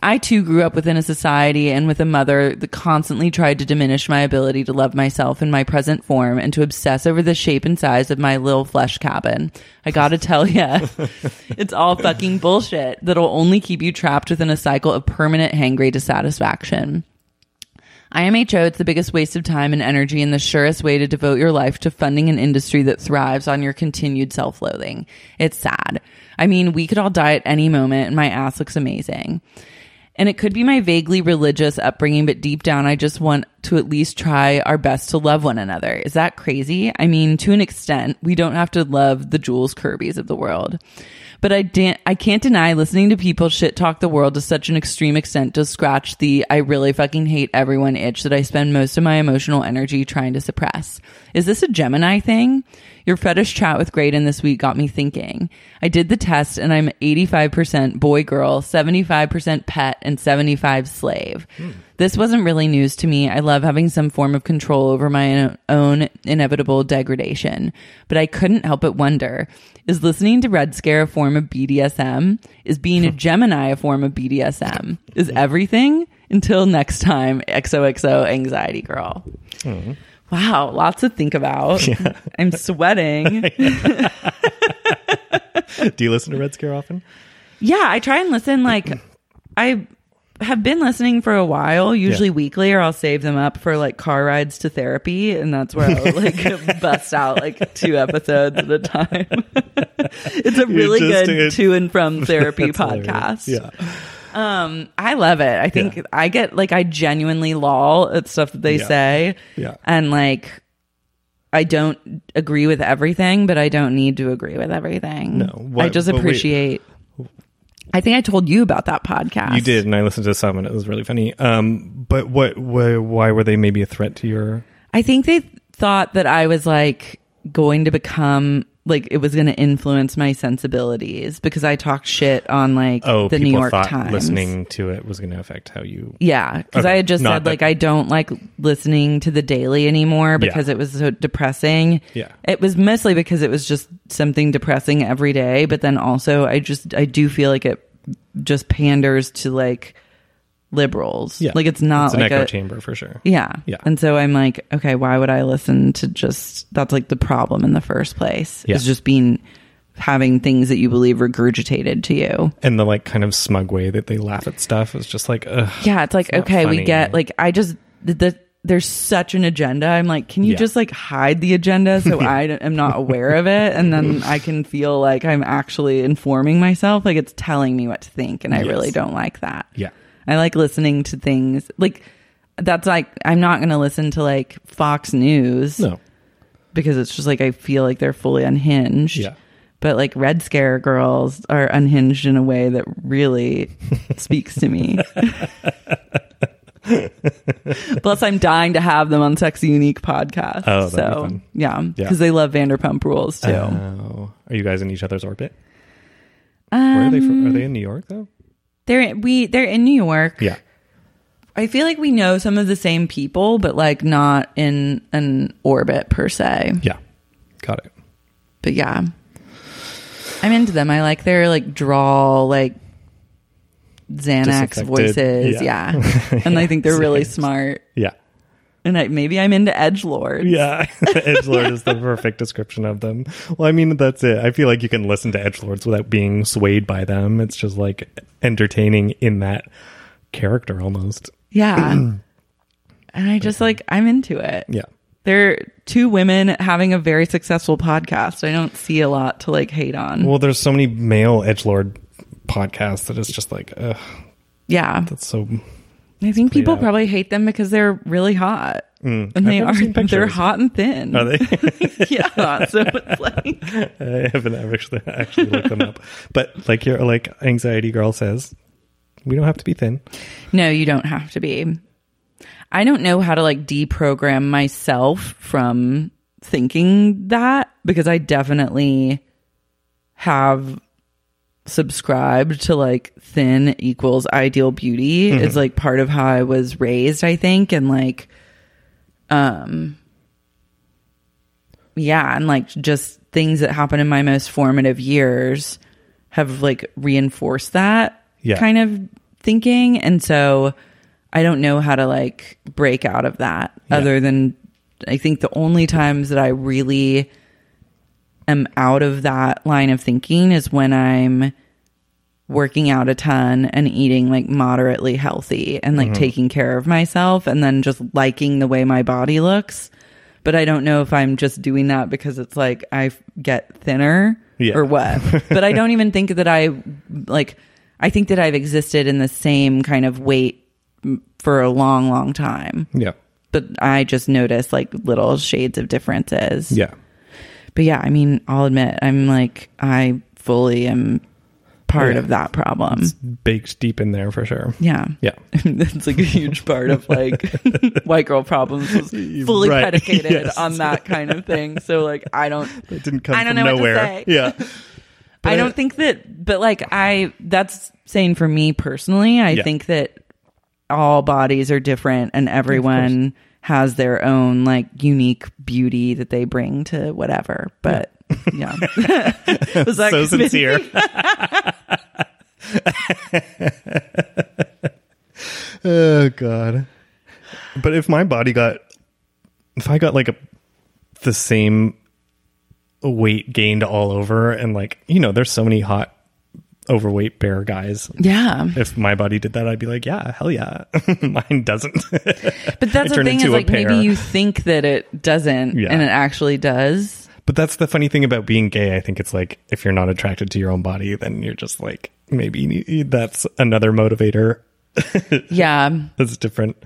S1: I too grew up within a society and with a mother that constantly tried to diminish my ability to love myself in my present form and to obsess over the shape and size of my little flesh cabin. I gotta tell ya, it's all fucking bullshit that'll only keep you trapped within a cycle of permanent hangry dissatisfaction. IMHO, it's the biggest waste of time and energy and the surest way to devote your life to funding an industry that thrives on your continued self loathing. It's sad. I mean, we could all die at any moment and my ass looks amazing. And it could be my vaguely religious upbringing, but deep down, I just want to at least try our best to love one another. Is that crazy? I mean, to an extent, we don't have to love the Jules Kirby's of the world. But I, dan- I can't deny listening to people shit talk the world to such an extreme extent to scratch the I really fucking hate everyone itch that I spend most of my emotional energy trying to suppress. Is this a Gemini thing? Your fetish chat with Graydon this week got me thinking. I did the test and I'm 85% boy girl, 75% pet, and 75 slave. This wasn't really news to me. I love having some form of control over my own inevitable degradation. But I couldn't help but wonder is listening to Red Scare a form of BDSM? Is being a Gemini a form of BDSM? Is everything? Until next time, XOXO Anxiety Girl. Wow, lots to think about. I'm sweating.
S2: Do you listen to Red Scare often?
S1: yeah, I try and listen like I have been listening for a while, usually weekly, or I'll save them up for like car rides to therapy, and that's where I'll like bust out like two episodes at a time. it's a really
S2: just-
S1: good
S2: it's-
S1: to and from therapy
S2: That's hilarious.
S1: podcast.
S2: Yeah.
S1: Um, I love it. I think
S2: Yeah.
S1: I get like I genuinely lol at stuff that they
S2: Yeah.
S1: say.
S2: Yeah.
S1: And like I don't agree with everything, but I don't need to agree with everything.
S2: No.
S1: I
S2: What-
S1: just
S2: but wait.
S1: appreciate I think I told you about that podcast.
S2: You did, and I listened to some, and it was really funny. Um, but what, why, why were they maybe a threat to your?
S1: I think they thought that I was like going to become like it was going to influence my sensibilities because I talked shit on like
S2: Oh,
S1: the
S2: people
S1: New York
S2: thought
S1: Times.
S2: listening to it was going to affect how you.
S1: Yeah, because
S2: Okay,
S1: I had just
S2: not
S1: said
S2: that-
S1: like I don't like listening to the daily anymore because it was so depressing.
S2: Yeah.
S1: it was mostly because it was just something depressing every day. But then also, I just I do feel like it just panders to like liberals.
S2: Yeah,
S1: like it's not
S2: an
S1: like
S2: echo
S1: a
S2: chamber for sure.
S1: yeah
S2: Yeah.
S1: And so I'm like, okay, why would I listen to just that's like the problem in the first place
S2: Yeah.
S1: is just being having things that you believe regurgitated to you.
S2: and the like kind of smug way that they laugh at stuff is just like ugh.
S1: Yeah, it's like
S2: not
S1: okay,
S2: funny.
S1: we get like I just the, the there's such an agenda. I'm like, can you
S2: Yeah.
S1: just like hide the agenda so I d- am not aware of it, and then I can feel like I'm actually informing myself. Like it's telling me what to think, and I really don't like that.
S2: Yeah.
S1: I like listening to things like that's like I'm not going to listen to like Fox News
S2: no
S1: because it's just like I feel like they're fully unhinged.
S2: Yeah.
S1: But like Red Scare girls are unhinged in a way that really speaks to me. Plus, I'm dying to have them on Sexy Unique podcast.
S2: Oh, that'd be
S1: so
S2: fun.
S1: yeah,
S2: Yeah.
S1: because they love Vanderpump Rules too.
S2: Oh. are you guys in each other's orbit where are they from are they in new york though
S1: Uh, they're we they're in New York.
S2: yeah
S1: I feel like we know some of the same people, but like not in an orbit per se.
S2: yeah got it
S1: but yeah i'm into them i like their like drawl like xanax
S2: Disaffected.
S1: voices
S2: Yeah.
S1: yeah, and i think they're really smart
S2: yeah
S1: and I, maybe i'm into edge lords
S2: yeah edge lord is the perfect description of them well i mean that's it i feel like you can listen to edge lords without being swayed by them it's just like entertaining in that character almost
S1: yeah and i just like i'm into it
S2: yeah
S1: they're two women having a very successful podcast i don't see a lot to like hate on
S2: well there's so many male edge lord podcasts that it's just like ugh,
S1: yeah
S2: that's so
S1: i think people
S2: out.
S1: probably hate them because they're really hot and they
S2: Mm. never
S1: are
S2: seen
S1: they're
S2: pictures.
S1: hot and thin
S2: are they
S1: yeah so it's like
S2: I haven't actually actually looked them up, but like your like anxiety girl says, we don't have to be thin.
S1: No, you don't have to be. I don't know how to like deprogram myself from thinking that because I definitely have subscribed to like thin equals ideal beauty. It's like part of how I was raised, I think, and like um yeah, and like just things that happened in my most formative years have like reinforced that
S2: Yeah.
S1: kind of thinking. And so I don't know how to like break out of that other than I think the only times that I really am out of that line of thinking is when I'm working out a ton and eating like moderately healthy and
S2: Mm-hmm.
S1: like taking care of myself and then just liking the way my body looks. But I don't know if I'm just doing that because it's like I f- get thinner
S2: Yeah.
S1: or what. but I don't even think that I like, I think that I've existed in the same kind of weight m- for a long, long time.
S2: Yeah.
S1: But I just notice like little shades of differences.
S2: Yeah.
S1: But yeah, I mean, I'll admit, I'm like, I fully am part
S2: Yeah.
S1: of that problem.
S2: Baked deep in there for sure.
S1: yeah.
S2: Yeah.
S1: That's like a huge part of like white girl problems was fully
S2: Right.
S1: predicated
S2: Yes.
S1: on that kind of thing. So like I don't
S2: It didn't come
S1: I don't
S2: from
S1: know what to
S2: nowhere.
S1: say.
S2: Yeah.
S1: I don't think that but like I that's saying for me personally, I
S2: Yeah.
S1: think that all bodies are different and everyone has their own like unique beauty that they bring to whatever. But yeah. was that
S2: so sincere. oh god. But if my body got if I got like a the same weight gained all over and like, you know, there's so many hot overweight bear guys.
S1: Yeah.
S2: If my body did that, I'd be like, yeah, hell yeah. Mine doesn't.
S1: But that's the
S2: turned
S1: thing is
S2: into a
S1: like maybe
S2: pear.
S1: you think that it doesn't
S2: Yeah.
S1: and it actually does.
S2: But that's the funny thing about being gay. I think it's like if you're not attracted to your own body, then you're just like maybe you need, that's another motivator
S1: Yeah.
S2: that's different.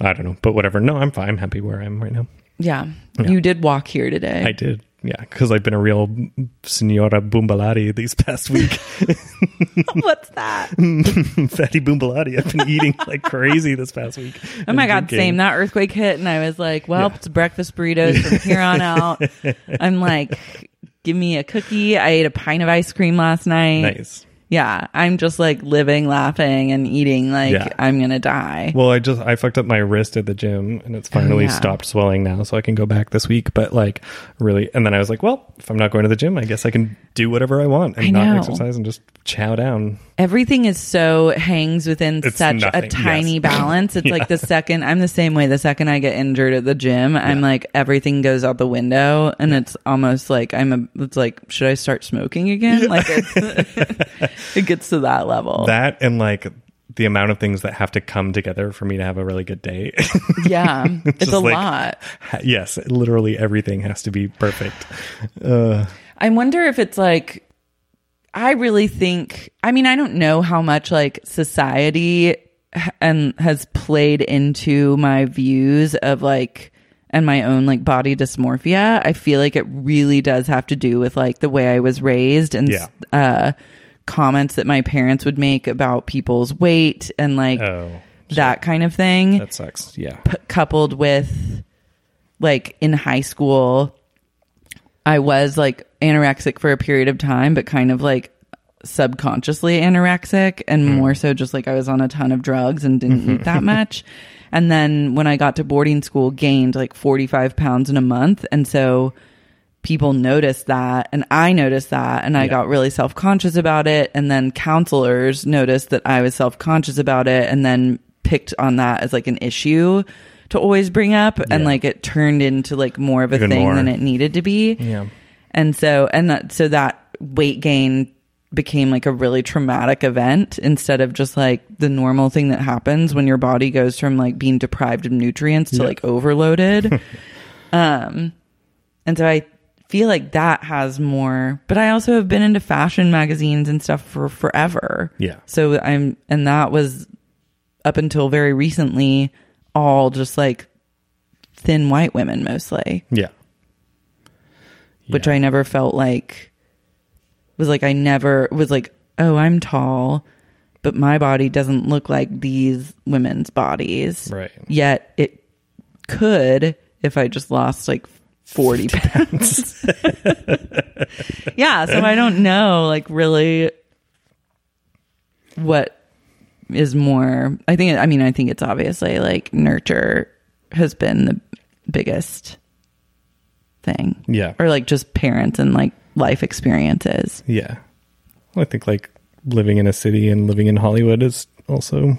S2: I don't know, but whatever. No, I'm fine. I'm happy where I am right now.
S1: Yeah. You did walk here today.
S2: I did, yeah, because I've been a real Senora Boombalati these past week.
S1: What's that? Oh
S2: Fatty Boombalati. I've been eating like crazy this past week.
S1: Oh my God, same. That earthquake hit, and I was like, well, it's breakfast burritos from here on out. I'm like, give me a cookie. I ate a pint of ice cream last night.
S2: Nice.
S1: Yeah. I'm just like living, laughing, and eating like
S2: Yeah.
S1: I'm going to die.
S2: Well, I just I fucked up my wrist at the gym and it's finally
S1: Oh, yeah.
S2: stopped swelling now, so I can go back this week. But like really and then I was like, Well, if I'm not going to the gym, I guess I can do whatever I want and
S1: I
S2: not
S1: know.
S2: exercise and just chow down.
S1: Everything is so hangs within
S2: It's
S1: such
S2: nothing,
S1: a tiny
S2: yes.
S1: balance. It's like the second I'm the same way. The second I get injured at the gym, I'm like everything goes out the window, and it's almost like I'm a. It's like should I start smoking again? Like it's, it gets to that level.
S2: That and like the amount of things that have to come together for me to have a really good day.
S1: yeah, it's
S2: Just
S1: a
S2: like-
S1: lot.
S2: yes, literally everything has to be perfect.
S1: I wonder if it's like I really think I mean I don't know how much like society h- and has played into my views of like and my own like body dysmorphia. I feel like it really does have to do with like the way I was raised and
S2: Yeah.
S1: uh comments that my parents would make about people's weight and like
S2: Oh.
S1: that kind of thing
S2: That sucks. Yeah.
S1: coupled with like in high school i was like anorexic for a period of time but kind of like subconsciously anorexic and
S2: Hmm.
S1: more so just like i was on a ton of drugs and didn't eat that much and then when i got to boarding school gained like 45 pounds in a month and so people noticed that and I noticed that and I got really self-conscious about it and then counselors noticed that I was self-conscious about it and then picked on that as like an issue to always bring up and like it turned into like more of a
S2: Even
S1: thing
S2: more.
S1: than it needed to be.
S2: Yeah.
S1: And so and that so that weight gain became like a really traumatic event instead of just like the normal thing that happens when your body goes from like being deprived of nutrients to like overloaded. um and so I feel like that has more but I also have been into fashion magazines and stuff for forever.
S2: Yeah.
S1: So I'm and that was up until very recently all just like thin white women mostly
S2: Yeah.
S1: which I never felt like was like I never was like, oh, I'm tall, but my body doesn't look like these women's bodies.
S2: Right.
S1: Yet it could if I just lost like 40 pounds. yeah. So I don't know, like, really what is more. I think, I mean, I think it's obviously like nurture has been the biggest thing.
S2: Yeah.
S1: Or like just parents and like life experiences.
S2: Yeah. Well, I think like living in a city and living in Hollywood is also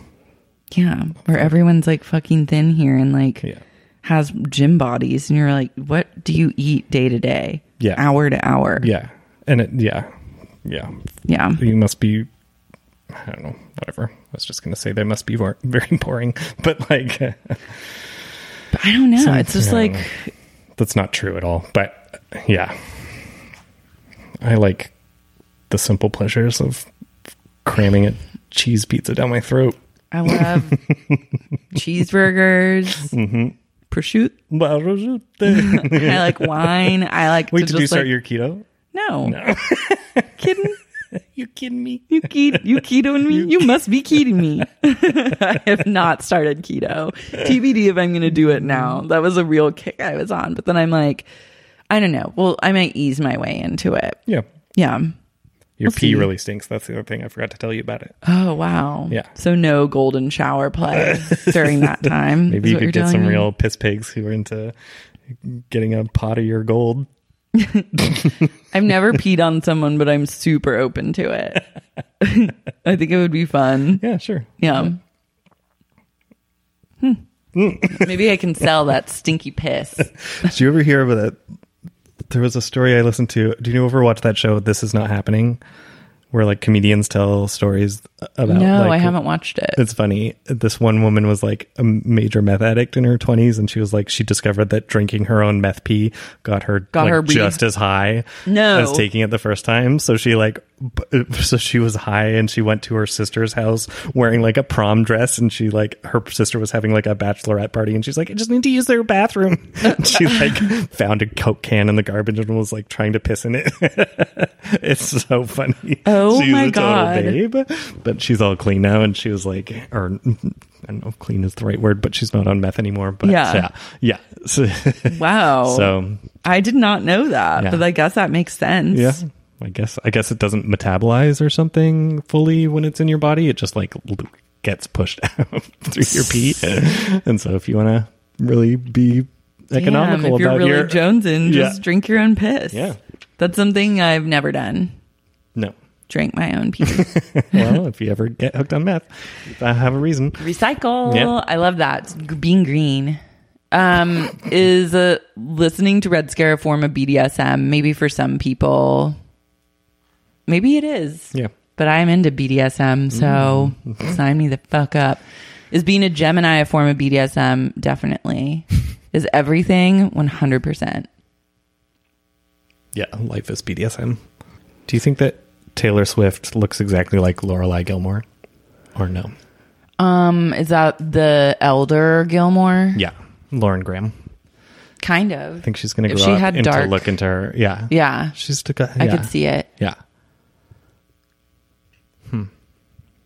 S1: Yeah. Where everyone's like fucking thin here and like
S2: Yeah.
S1: has gym bodies. And you're like, what do you eat day to day?
S2: Yeah.
S1: Hour to hour.
S2: yeah. And it yeah. Yeah.
S1: Yeah.
S2: You must be I don't know, whatever. I was just gonna say they must be vor- very boring, but like
S1: But I don't know. it's just
S2: I don't
S1: like
S2: that's not true at all. But yeah, I like the simple pleasures of cramming a cheese pizza down my throat.
S1: I love cheeseburgers,
S2: Mm-hmm.
S1: prosciutto.
S2: Well, Wait,
S1: I like wine. I like. to
S2: did
S1: just
S2: you start
S1: like,
S2: your keto?
S1: no? kidding?
S2: You kidding me?
S1: You keto? You ketoing me? You must be keting me. I have not started keto. TBD if I'm going to do it now. That was a real kick I was on, but then I'm like, I don't know. Well, I might ease my way into it.
S2: Yeah,
S1: Yeah.
S2: your pee
S1: see.
S2: really stinks. That's the other thing I forgot to tell you about it.
S1: Oh wow.
S2: Yeah.
S1: So no golden shower play during that time.
S2: Maybe
S1: is
S2: you
S1: what you're
S2: could get
S1: telling
S2: some
S1: me?
S2: real piss pigs who are into getting a pot of your gold.
S1: I've never peed on someone, but I'm super open to it. I think it would be fun.
S2: Yeah, sure.
S1: Yeah. Hmm.
S2: Hmm.
S1: Maybe I can sell that stinky piss.
S2: Did you ever hear about that? There was a story I listened to. Do you ever watch that show? This is not happening, where like comedians tell stories about.
S1: No,
S2: like,
S1: I haven't watched it.
S2: It's funny. This one woman was like a major meth addict in her twenties, and she was like she discovered that drinking her own meth pee got her
S1: Got
S2: like,
S1: her re-
S2: just as high
S1: No.
S2: as taking it the first time. So she like b- so she was high, and she went to her sister's house wearing like a prom dress, and she like her sister was having like a bachelorette party, and she's like I just need to use their bathroom. she like found a coke can in the garbage and was like trying to piss in it. it's so funny.
S1: Oh
S2: she's
S1: my
S2: a total
S1: God.
S2: babe babe, but she's all clean now. And she was like, or I don't know if clean is the right word, but she's not on meth anymore. But yeah,
S1: Yeah. Oh.
S2: yeah. So,
S1: Wow.
S2: so,
S1: I did not know that,
S2: Yeah.
S1: but I guess that makes sense.
S2: yeah, I guess, I guess it doesn't metabolize or something fully when it's in your body. It just like l- gets pushed out through your pee. and so if you want to really be economical
S1: Damn, if you're
S2: about
S1: really
S2: your,
S1: jonesing, just
S2: Yeah.
S1: drink your own piss.
S2: Yeah.
S1: That's something I've never done.
S2: no.
S1: Drink my own pee.
S2: Well, if you ever get hooked on meth, I have a reason.
S1: recycle
S2: Yeah.
S1: i love that G- being green um is uh, listening to red scare a form of bdsm maybe for some people maybe it is
S2: Yeah.
S1: but i'm into bdsm so
S2: Mm.
S1: sign me the fuck up is being a gemini a form of bdsm definitely is everything 100%
S2: Yeah, life is BDSM. Do you think that Taylor Swift looks exactly like Lorelai Gilmore, or no?
S1: um is that the elder gilmore
S2: Yeah, Lauren Graham.
S1: kind of
S2: I think she's going to
S1: If
S2: grow
S1: she
S2: up
S1: had
S2: and to
S1: dark-
S2: look into her. Yeah,
S1: yeah,
S2: She's to. Yeah.
S1: i could see it
S2: Yeah. Hmm.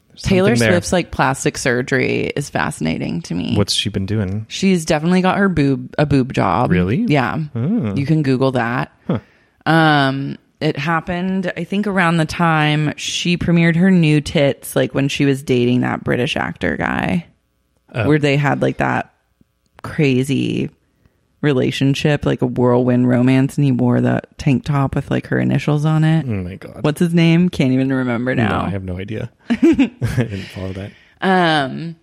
S2: There's
S1: taylor
S2: something there.
S1: swift's like plastic surgery is fascinating to me
S2: What's she been doing?
S1: She's definitely got her boob a boob job.
S2: Really? Hmm.
S1: Yeah. You can Google that. Um, it happened, I think, around the time she premiered her new tits, like when she was dating that British actor guy,
S2: Oh.
S1: where they had like that crazy relationship, like a whirlwind romance, and he wore the tank top with like her initials on it.
S2: Oh my god.
S1: What's his name? Can't even remember
S2: No,
S1: now.
S2: I have no idea. I didn't follow that.
S1: Um,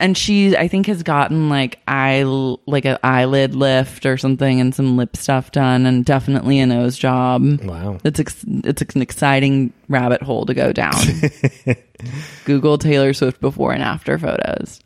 S1: and she, I think, has gotten like eye, like an eyelid lift or something, and some lip stuff done, and definitely a nose job.
S2: Wow.
S1: It's ex- it's an exciting rabbit hole to go down. Google Taylor Swift before and after photos.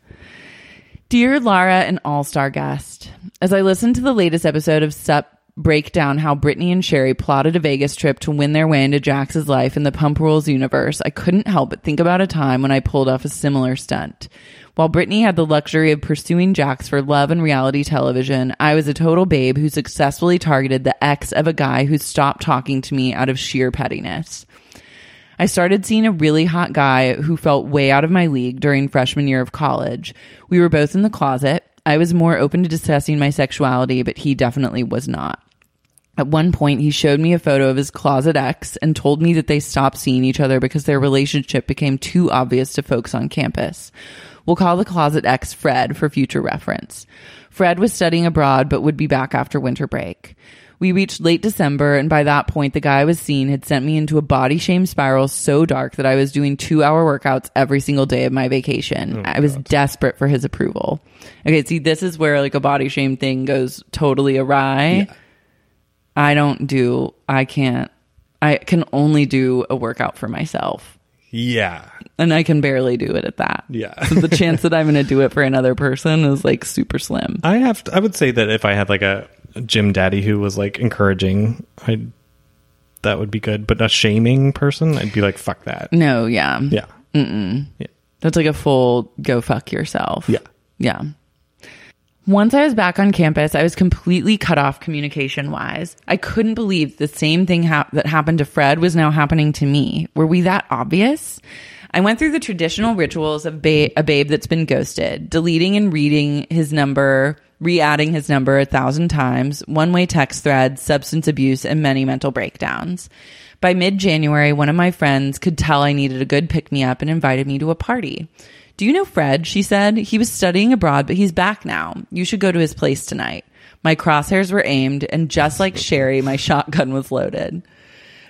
S1: Dear Lara and All Star guest, as I listened to the latest episode of Sup break down how Brittany and Sherry plotted a Vegas trip to win their way into Jax's life in the Pump Rules universe, I couldn't help but think about a time when I pulled off a similar stunt. While Brittany had the luxury of pursuing Jax for love and reality television, I was a total babe who successfully targeted the ex of a guy who stopped talking to me out of sheer pettiness. I started seeing a really hot guy who felt way out of my league during freshman year of college. We were both in the closet. I was more open to discussing my sexuality, but he definitely was not. At one point, he showed me a photo of his closet ex and told me that they stopped seeing each other because their relationship became too obvious to folks on campus. We'll call the closet ex Fred for future reference. Fred was studying abroad but would be back after winter break. We reached late December, and by that point, the guy I was seeing had sent me into a body shame spiral so dark that I was doing two hour workouts every single day of my vacation. I was desperate for his approval. Okay, see, this is where like a body shame thing goes totally awry. I don't do, I can't, I can only do a workout for myself.
S2: Yeah.
S1: and I can barely do it at that.
S2: Yeah.
S1: So the chance that I'm going to do it for another person is like super slim.
S2: I have. To, I would say that if I had like a gym daddy who was like encouraging, I that would be good. But a shaming person, I'd be like, fuck that.
S1: No, yeah.
S2: Yeah.
S1: That's like a full go fuck yourself.
S2: Yeah.
S1: Yeah. Once I was back on campus, I was completely cut off communication wise. I couldn't believe the same thing hap that happened to Fred was now happening to me. Were we that obvious? I went through the traditional rituals of ba- a babe that's been ghosted, deleting and reading his number, re adding his number a thousand times, one way text threads, substance abuse, and many mental breakdowns. By mid January, one of my friends could tell I needed a good pick me up and invited me to a party. Do you know Fred? She said. He was studying abroad, but he's back now. You should go to his place tonight. My crosshairs were aimed, and just like Sherry, my shotgun was loaded.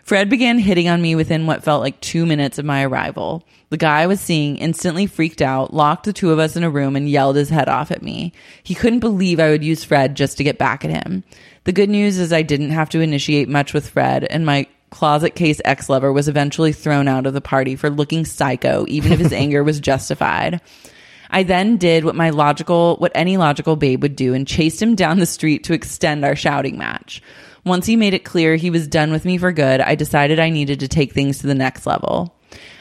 S1: Fred began hitting on me within what felt like two minutes of my arrival. The guy I was seeing instantly freaked out, locked the two of us in a room, and yelled his head off at me. He couldn't believe I would use Fred just to get back at him. The good news is I didn't have to initiate much with Fred, and my closet case ex lover was eventually thrown out of the party for looking psycho, even if his anger was justified. I then did what my logical, what any logical babe would do and chased him down the street to extend our shouting match. Once he made it clear he was done with me for good, I decided I needed to take things to the next level.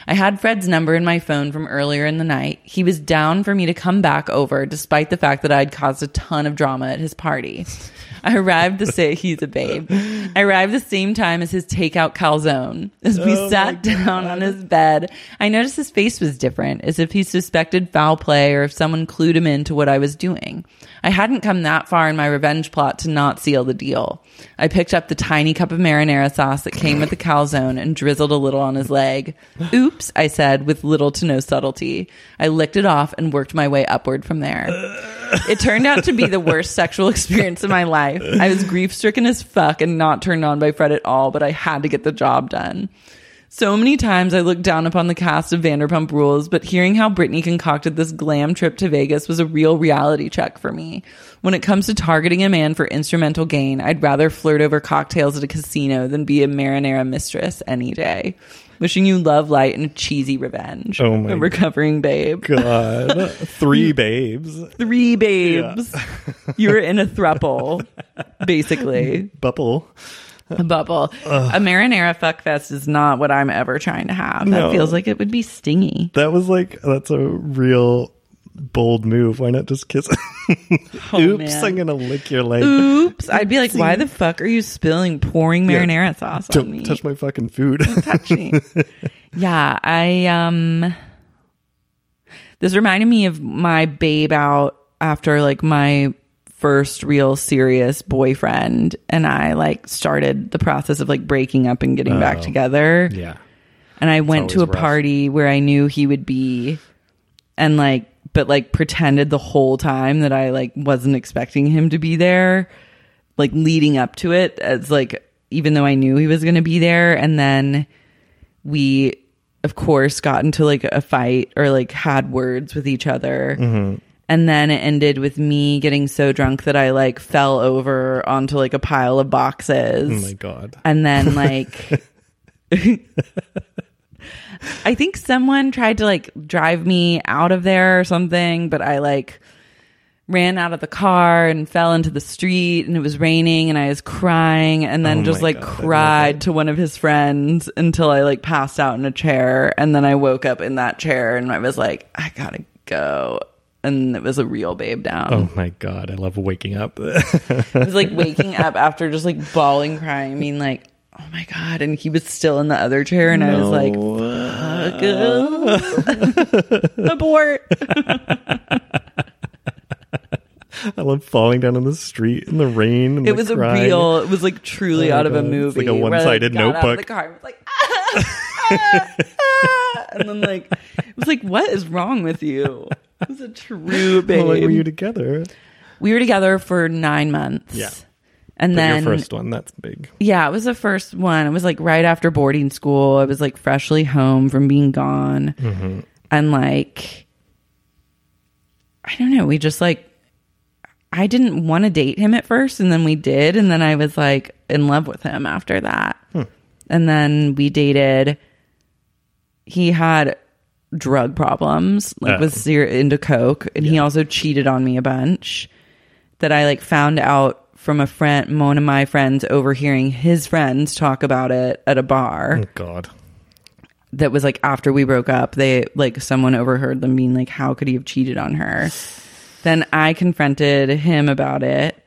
S1: I had Fred's number in my phone from earlier in the night. He was down for me to come back over despite the fact that I'd caused a ton of drama at his party. I arrived the same he's a babe. I arrived the same time as his takeout calzone. As we sat down on his bed, I noticed his face was different, as if he suspected foul play or if someone clued him into what I was doing. I hadn't come that far in my revenge plot to not seal the deal. I picked up the tiny cup of marinara sauce that came with the calzone and drizzled a little on his leg. Oops, I said with little to no subtlety. I licked it off and worked my way upward from there. It turned out to be the worst sexual experience of my life. I was grief stricken as fuck and not turned on by Fred at all, but I had to get the job done. So many times I looked down upon the cast of Vanderpump Rules, but hearing how Brittany concocted this glam trip to Vegas was a real reality check for me. When it comes to targeting a man for instrumental gain, I'd rather flirt over cocktails at a casino than be a marinara mistress any day. Wishing you love, light, and cheesy revenge.
S2: Oh my
S1: a recovering babe
S2: God. Three babes.
S1: three babes. you were in a thruple, basically.
S2: Bubble.
S1: A bubble. A marinara fuckfest is not what I'm ever trying to have.
S2: No.
S1: That feels like it would be stingy.
S2: That was like that's a real bold move. Why not just kiss? Oops,
S1: Oh, man.
S2: I'm gonna lick your leg.
S1: Oops. I'd be like, why the fuck are you spilling pouring marinara sauce on me?
S2: Don't touch my fucking food.
S1: touching. yeah, I um this reminded me of my babe out after like my first real serious boyfriend and I like started the process of like breaking up and getting back together.
S2: yeah.
S1: And I went to a
S2: always rough.
S1: party where I knew he would be and like but like pretended the whole time that I like wasn't expecting him to be there like leading up to it as like even though I knew he was going to be there and then we of course got into like a fight or like had words with each other
S2: Mm-hmm.
S1: and then it ended with me getting so drunk that I like fell over onto like a pile of boxes
S2: Oh my god.
S1: and then like I think someone tried to like drive me out of there or something, but I like ran out of the car and fell into the street and it was raining and I was crying and then
S2: Oh
S1: just
S2: my
S1: like
S2: God, I love
S1: cried to one of his friends until I like passed out in a chair and then I woke up in that chair and I was like I got to go and it was a real babe down.
S2: Oh my god. I love waking up.
S1: It was like waking up after just like bawling, crying, being like, "Oh my god!" And he was still in the other chair, and I was like, Fuck. "Abort!"
S2: I love falling down on the street in the rain. And
S1: It
S2: the
S1: was a
S2: crying.
S1: real. It was like truly
S2: Oh my
S1: out of a
S2: God. It's
S1: movie.
S2: like a
S1: where I,
S2: one-sided
S1: got out of
S2: notebook.
S1: the car, and was like, "Ah, ah, ah," and then like it was like, "What is wrong with you?" It was a true
S2: How
S1: babe.
S2: long were you together?
S1: we were together for nine months.
S2: Yeah.
S1: And
S2: But
S1: then
S2: your first one. That's big.
S1: Yeah, it was the first one. It was like right after boarding school. I was like freshly home from being gone. And like, I don't know. We just like, I didn't want to date him at first. And then we did. And then I was like in love with him after that. And then we dated. he had drug problems, like
S2: Oh.
S1: was zero into coke, and he also cheated on me a bunch. That I like found out from a friend, one of my friends, overhearing his friends talk about it at a
S2: Hmm.
S1: bar.
S2: God.
S1: That was like after we broke up. They like someone overheard them being like, "How could he have cheated on her?" Then I confronted him about it.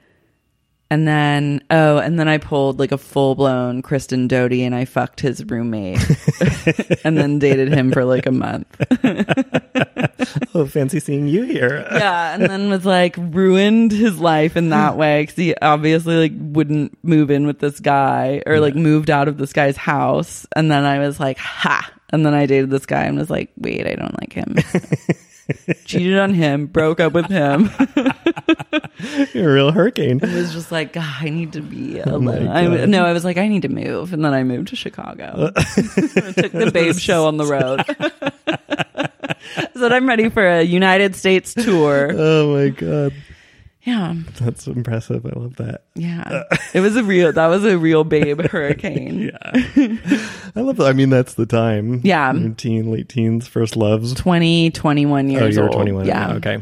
S1: And then, oh, and then I pulled like a full blown Kristen Doty and I fucked his roommate and then dated him for like a month.
S2: Oh, fancy seeing you here.
S1: yeah and then was like ruined his life in that way because he obviously like wouldn't move in with this guy or like moved out of this guy's house and then i was like ha and then i dated this guy and was like wait i don't like him cheated on him broke up with him
S2: You're a real hurricane.
S1: it was just like God, i need to be alone I, no i was like i need to move and then i moved to chicago took the babe show on the road said i'm ready for a united states tour
S2: Oh my god.
S1: yeah
S2: That's impressive. I love that.
S1: Yeah.
S2: Uh,
S1: it was a real that was a real babe hurricane.
S2: I love that. I mean, that's the time.
S1: Yeah.
S2: Your teen, late teens, first loves.
S1: 20, 21 years
S2: Mm-hmm. oh, you were
S1: old.
S2: 21.
S1: Yeah.
S2: Okay.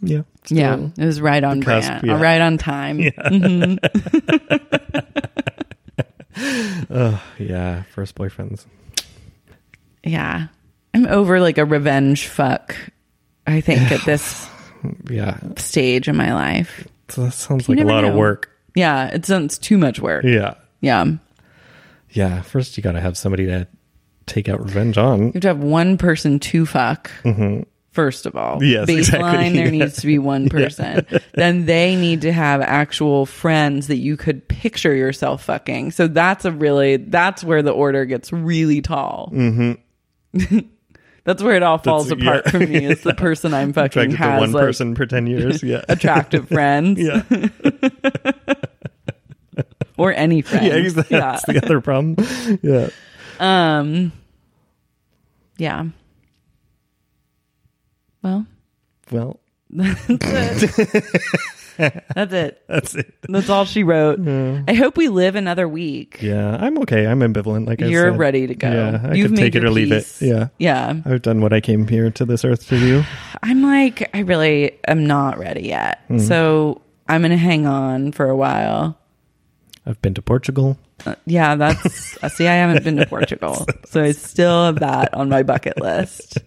S2: Yeah. Still-
S1: Yeah. It was right on
S2: cusp,
S1: brand.
S2: yeah.
S1: Right on time.
S2: Yeah. First boyfriends.
S1: yeah. I'm over like a revenge fuck, I think, at this
S2: Yeah.
S1: stage in my life.
S2: So that sounds
S1: You
S2: like a
S1: never
S2: lot of
S1: know.
S2: work.
S1: Yeah. It's, it's too much work.
S2: Yeah.
S1: Yeah. You
S2: Yeah. First, you got to have somebody to take out revenge on.
S1: have to have one person to fuck. First of all,
S2: Mm-hmm. Yes,
S1: baseline,
S2: exactly.
S1: there
S2: Yeah.
S1: needs to be one person. then they need to have actual friends that you could picture yourself fucking. So that's a really, that's where the order gets really tall. Mm-hmm. that's where it all falls
S2: That's-
S1: apart
S2: yeah.
S1: for me is the person I'm fucking
S2: Attracted
S1: has
S2: to one
S1: like
S2: person for 10 years. Yeah.
S1: attractive friends
S2: yeah.
S1: or any friends.
S2: Yeah. Exactly.
S1: Yeah.
S2: That's the other problem. Yeah.
S1: Um, yeah. Well,
S2: Well,
S1: that's it.
S2: that's it.
S1: That's all she wrote. I hope we live another week.
S2: Yeah. I'm okay. I'm ambivalent. Like I
S1: You're
S2: said.
S1: ready to go.
S2: Yeah. I
S1: You've
S2: could
S1: made
S2: take it
S1: your
S2: or leave
S1: peace.
S2: it. Yeah.
S1: Yeah.
S2: I've done what I came here to this earth to do.
S1: I'm like, I really am not ready yet.
S2: Mm-hmm.
S1: So I'm going to hang on for a while.
S2: I've been to Portugal.
S1: Uh, yeah, that's, uh, see, I haven't been to Portugal. So I still have that on my bucket list.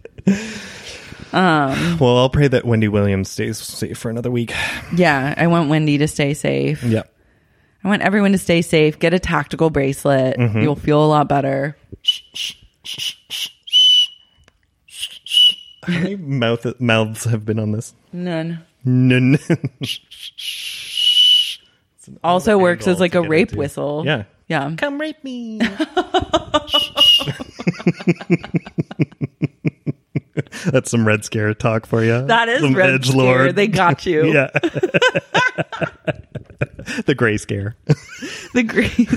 S2: Well, I'll pray that Wendy Williams stays safe for another week.
S1: Yeah. I want Wendy to stay safe.
S2: Yeah.
S1: I want everyone to stay safe. Get a tactical bracelet.
S2: Mm-hmm.
S1: You'll feel a lot better.
S2: How many mouth, mouths have been on this?
S1: None.
S2: No, no.
S1: Also works
S2: angle
S1: as like
S2: to
S1: a
S2: get
S1: rape
S2: into.
S1: whistle.
S2: Yeah.
S1: Yeah.
S2: Come rape me. That's some Red Scare talk for you.
S1: That is
S2: some
S1: Red
S2: edge
S1: Scare.
S2: lord.
S1: They got you.
S2: yeah. the Gray Scare.
S1: The great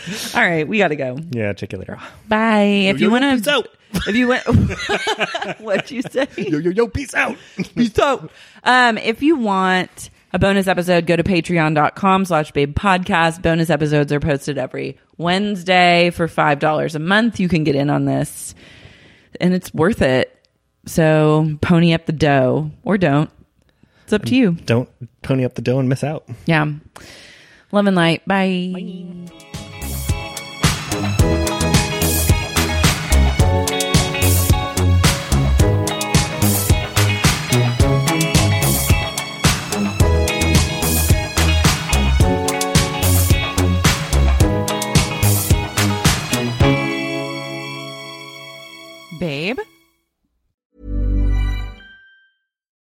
S1: scare. All right, we got to go.
S2: Yeah, check it later.
S1: Bye. If you
S2: yo,
S1: want
S2: peace
S1: to,
S2: out.
S1: if you want, what you say?
S2: Yo yo yo! Peace out.
S1: Peace out. Um, if you want a bonus episode, go to patreon.com slash babe podcast. Bonus episodes are posted every Wednesday for $5 a month. You can get in on this and it's worth it. So pony up the dough or don't. It's up to you.
S2: Don't pony up the dough and miss out.
S1: Yeah. Love and light. Bye. Bye. Babe?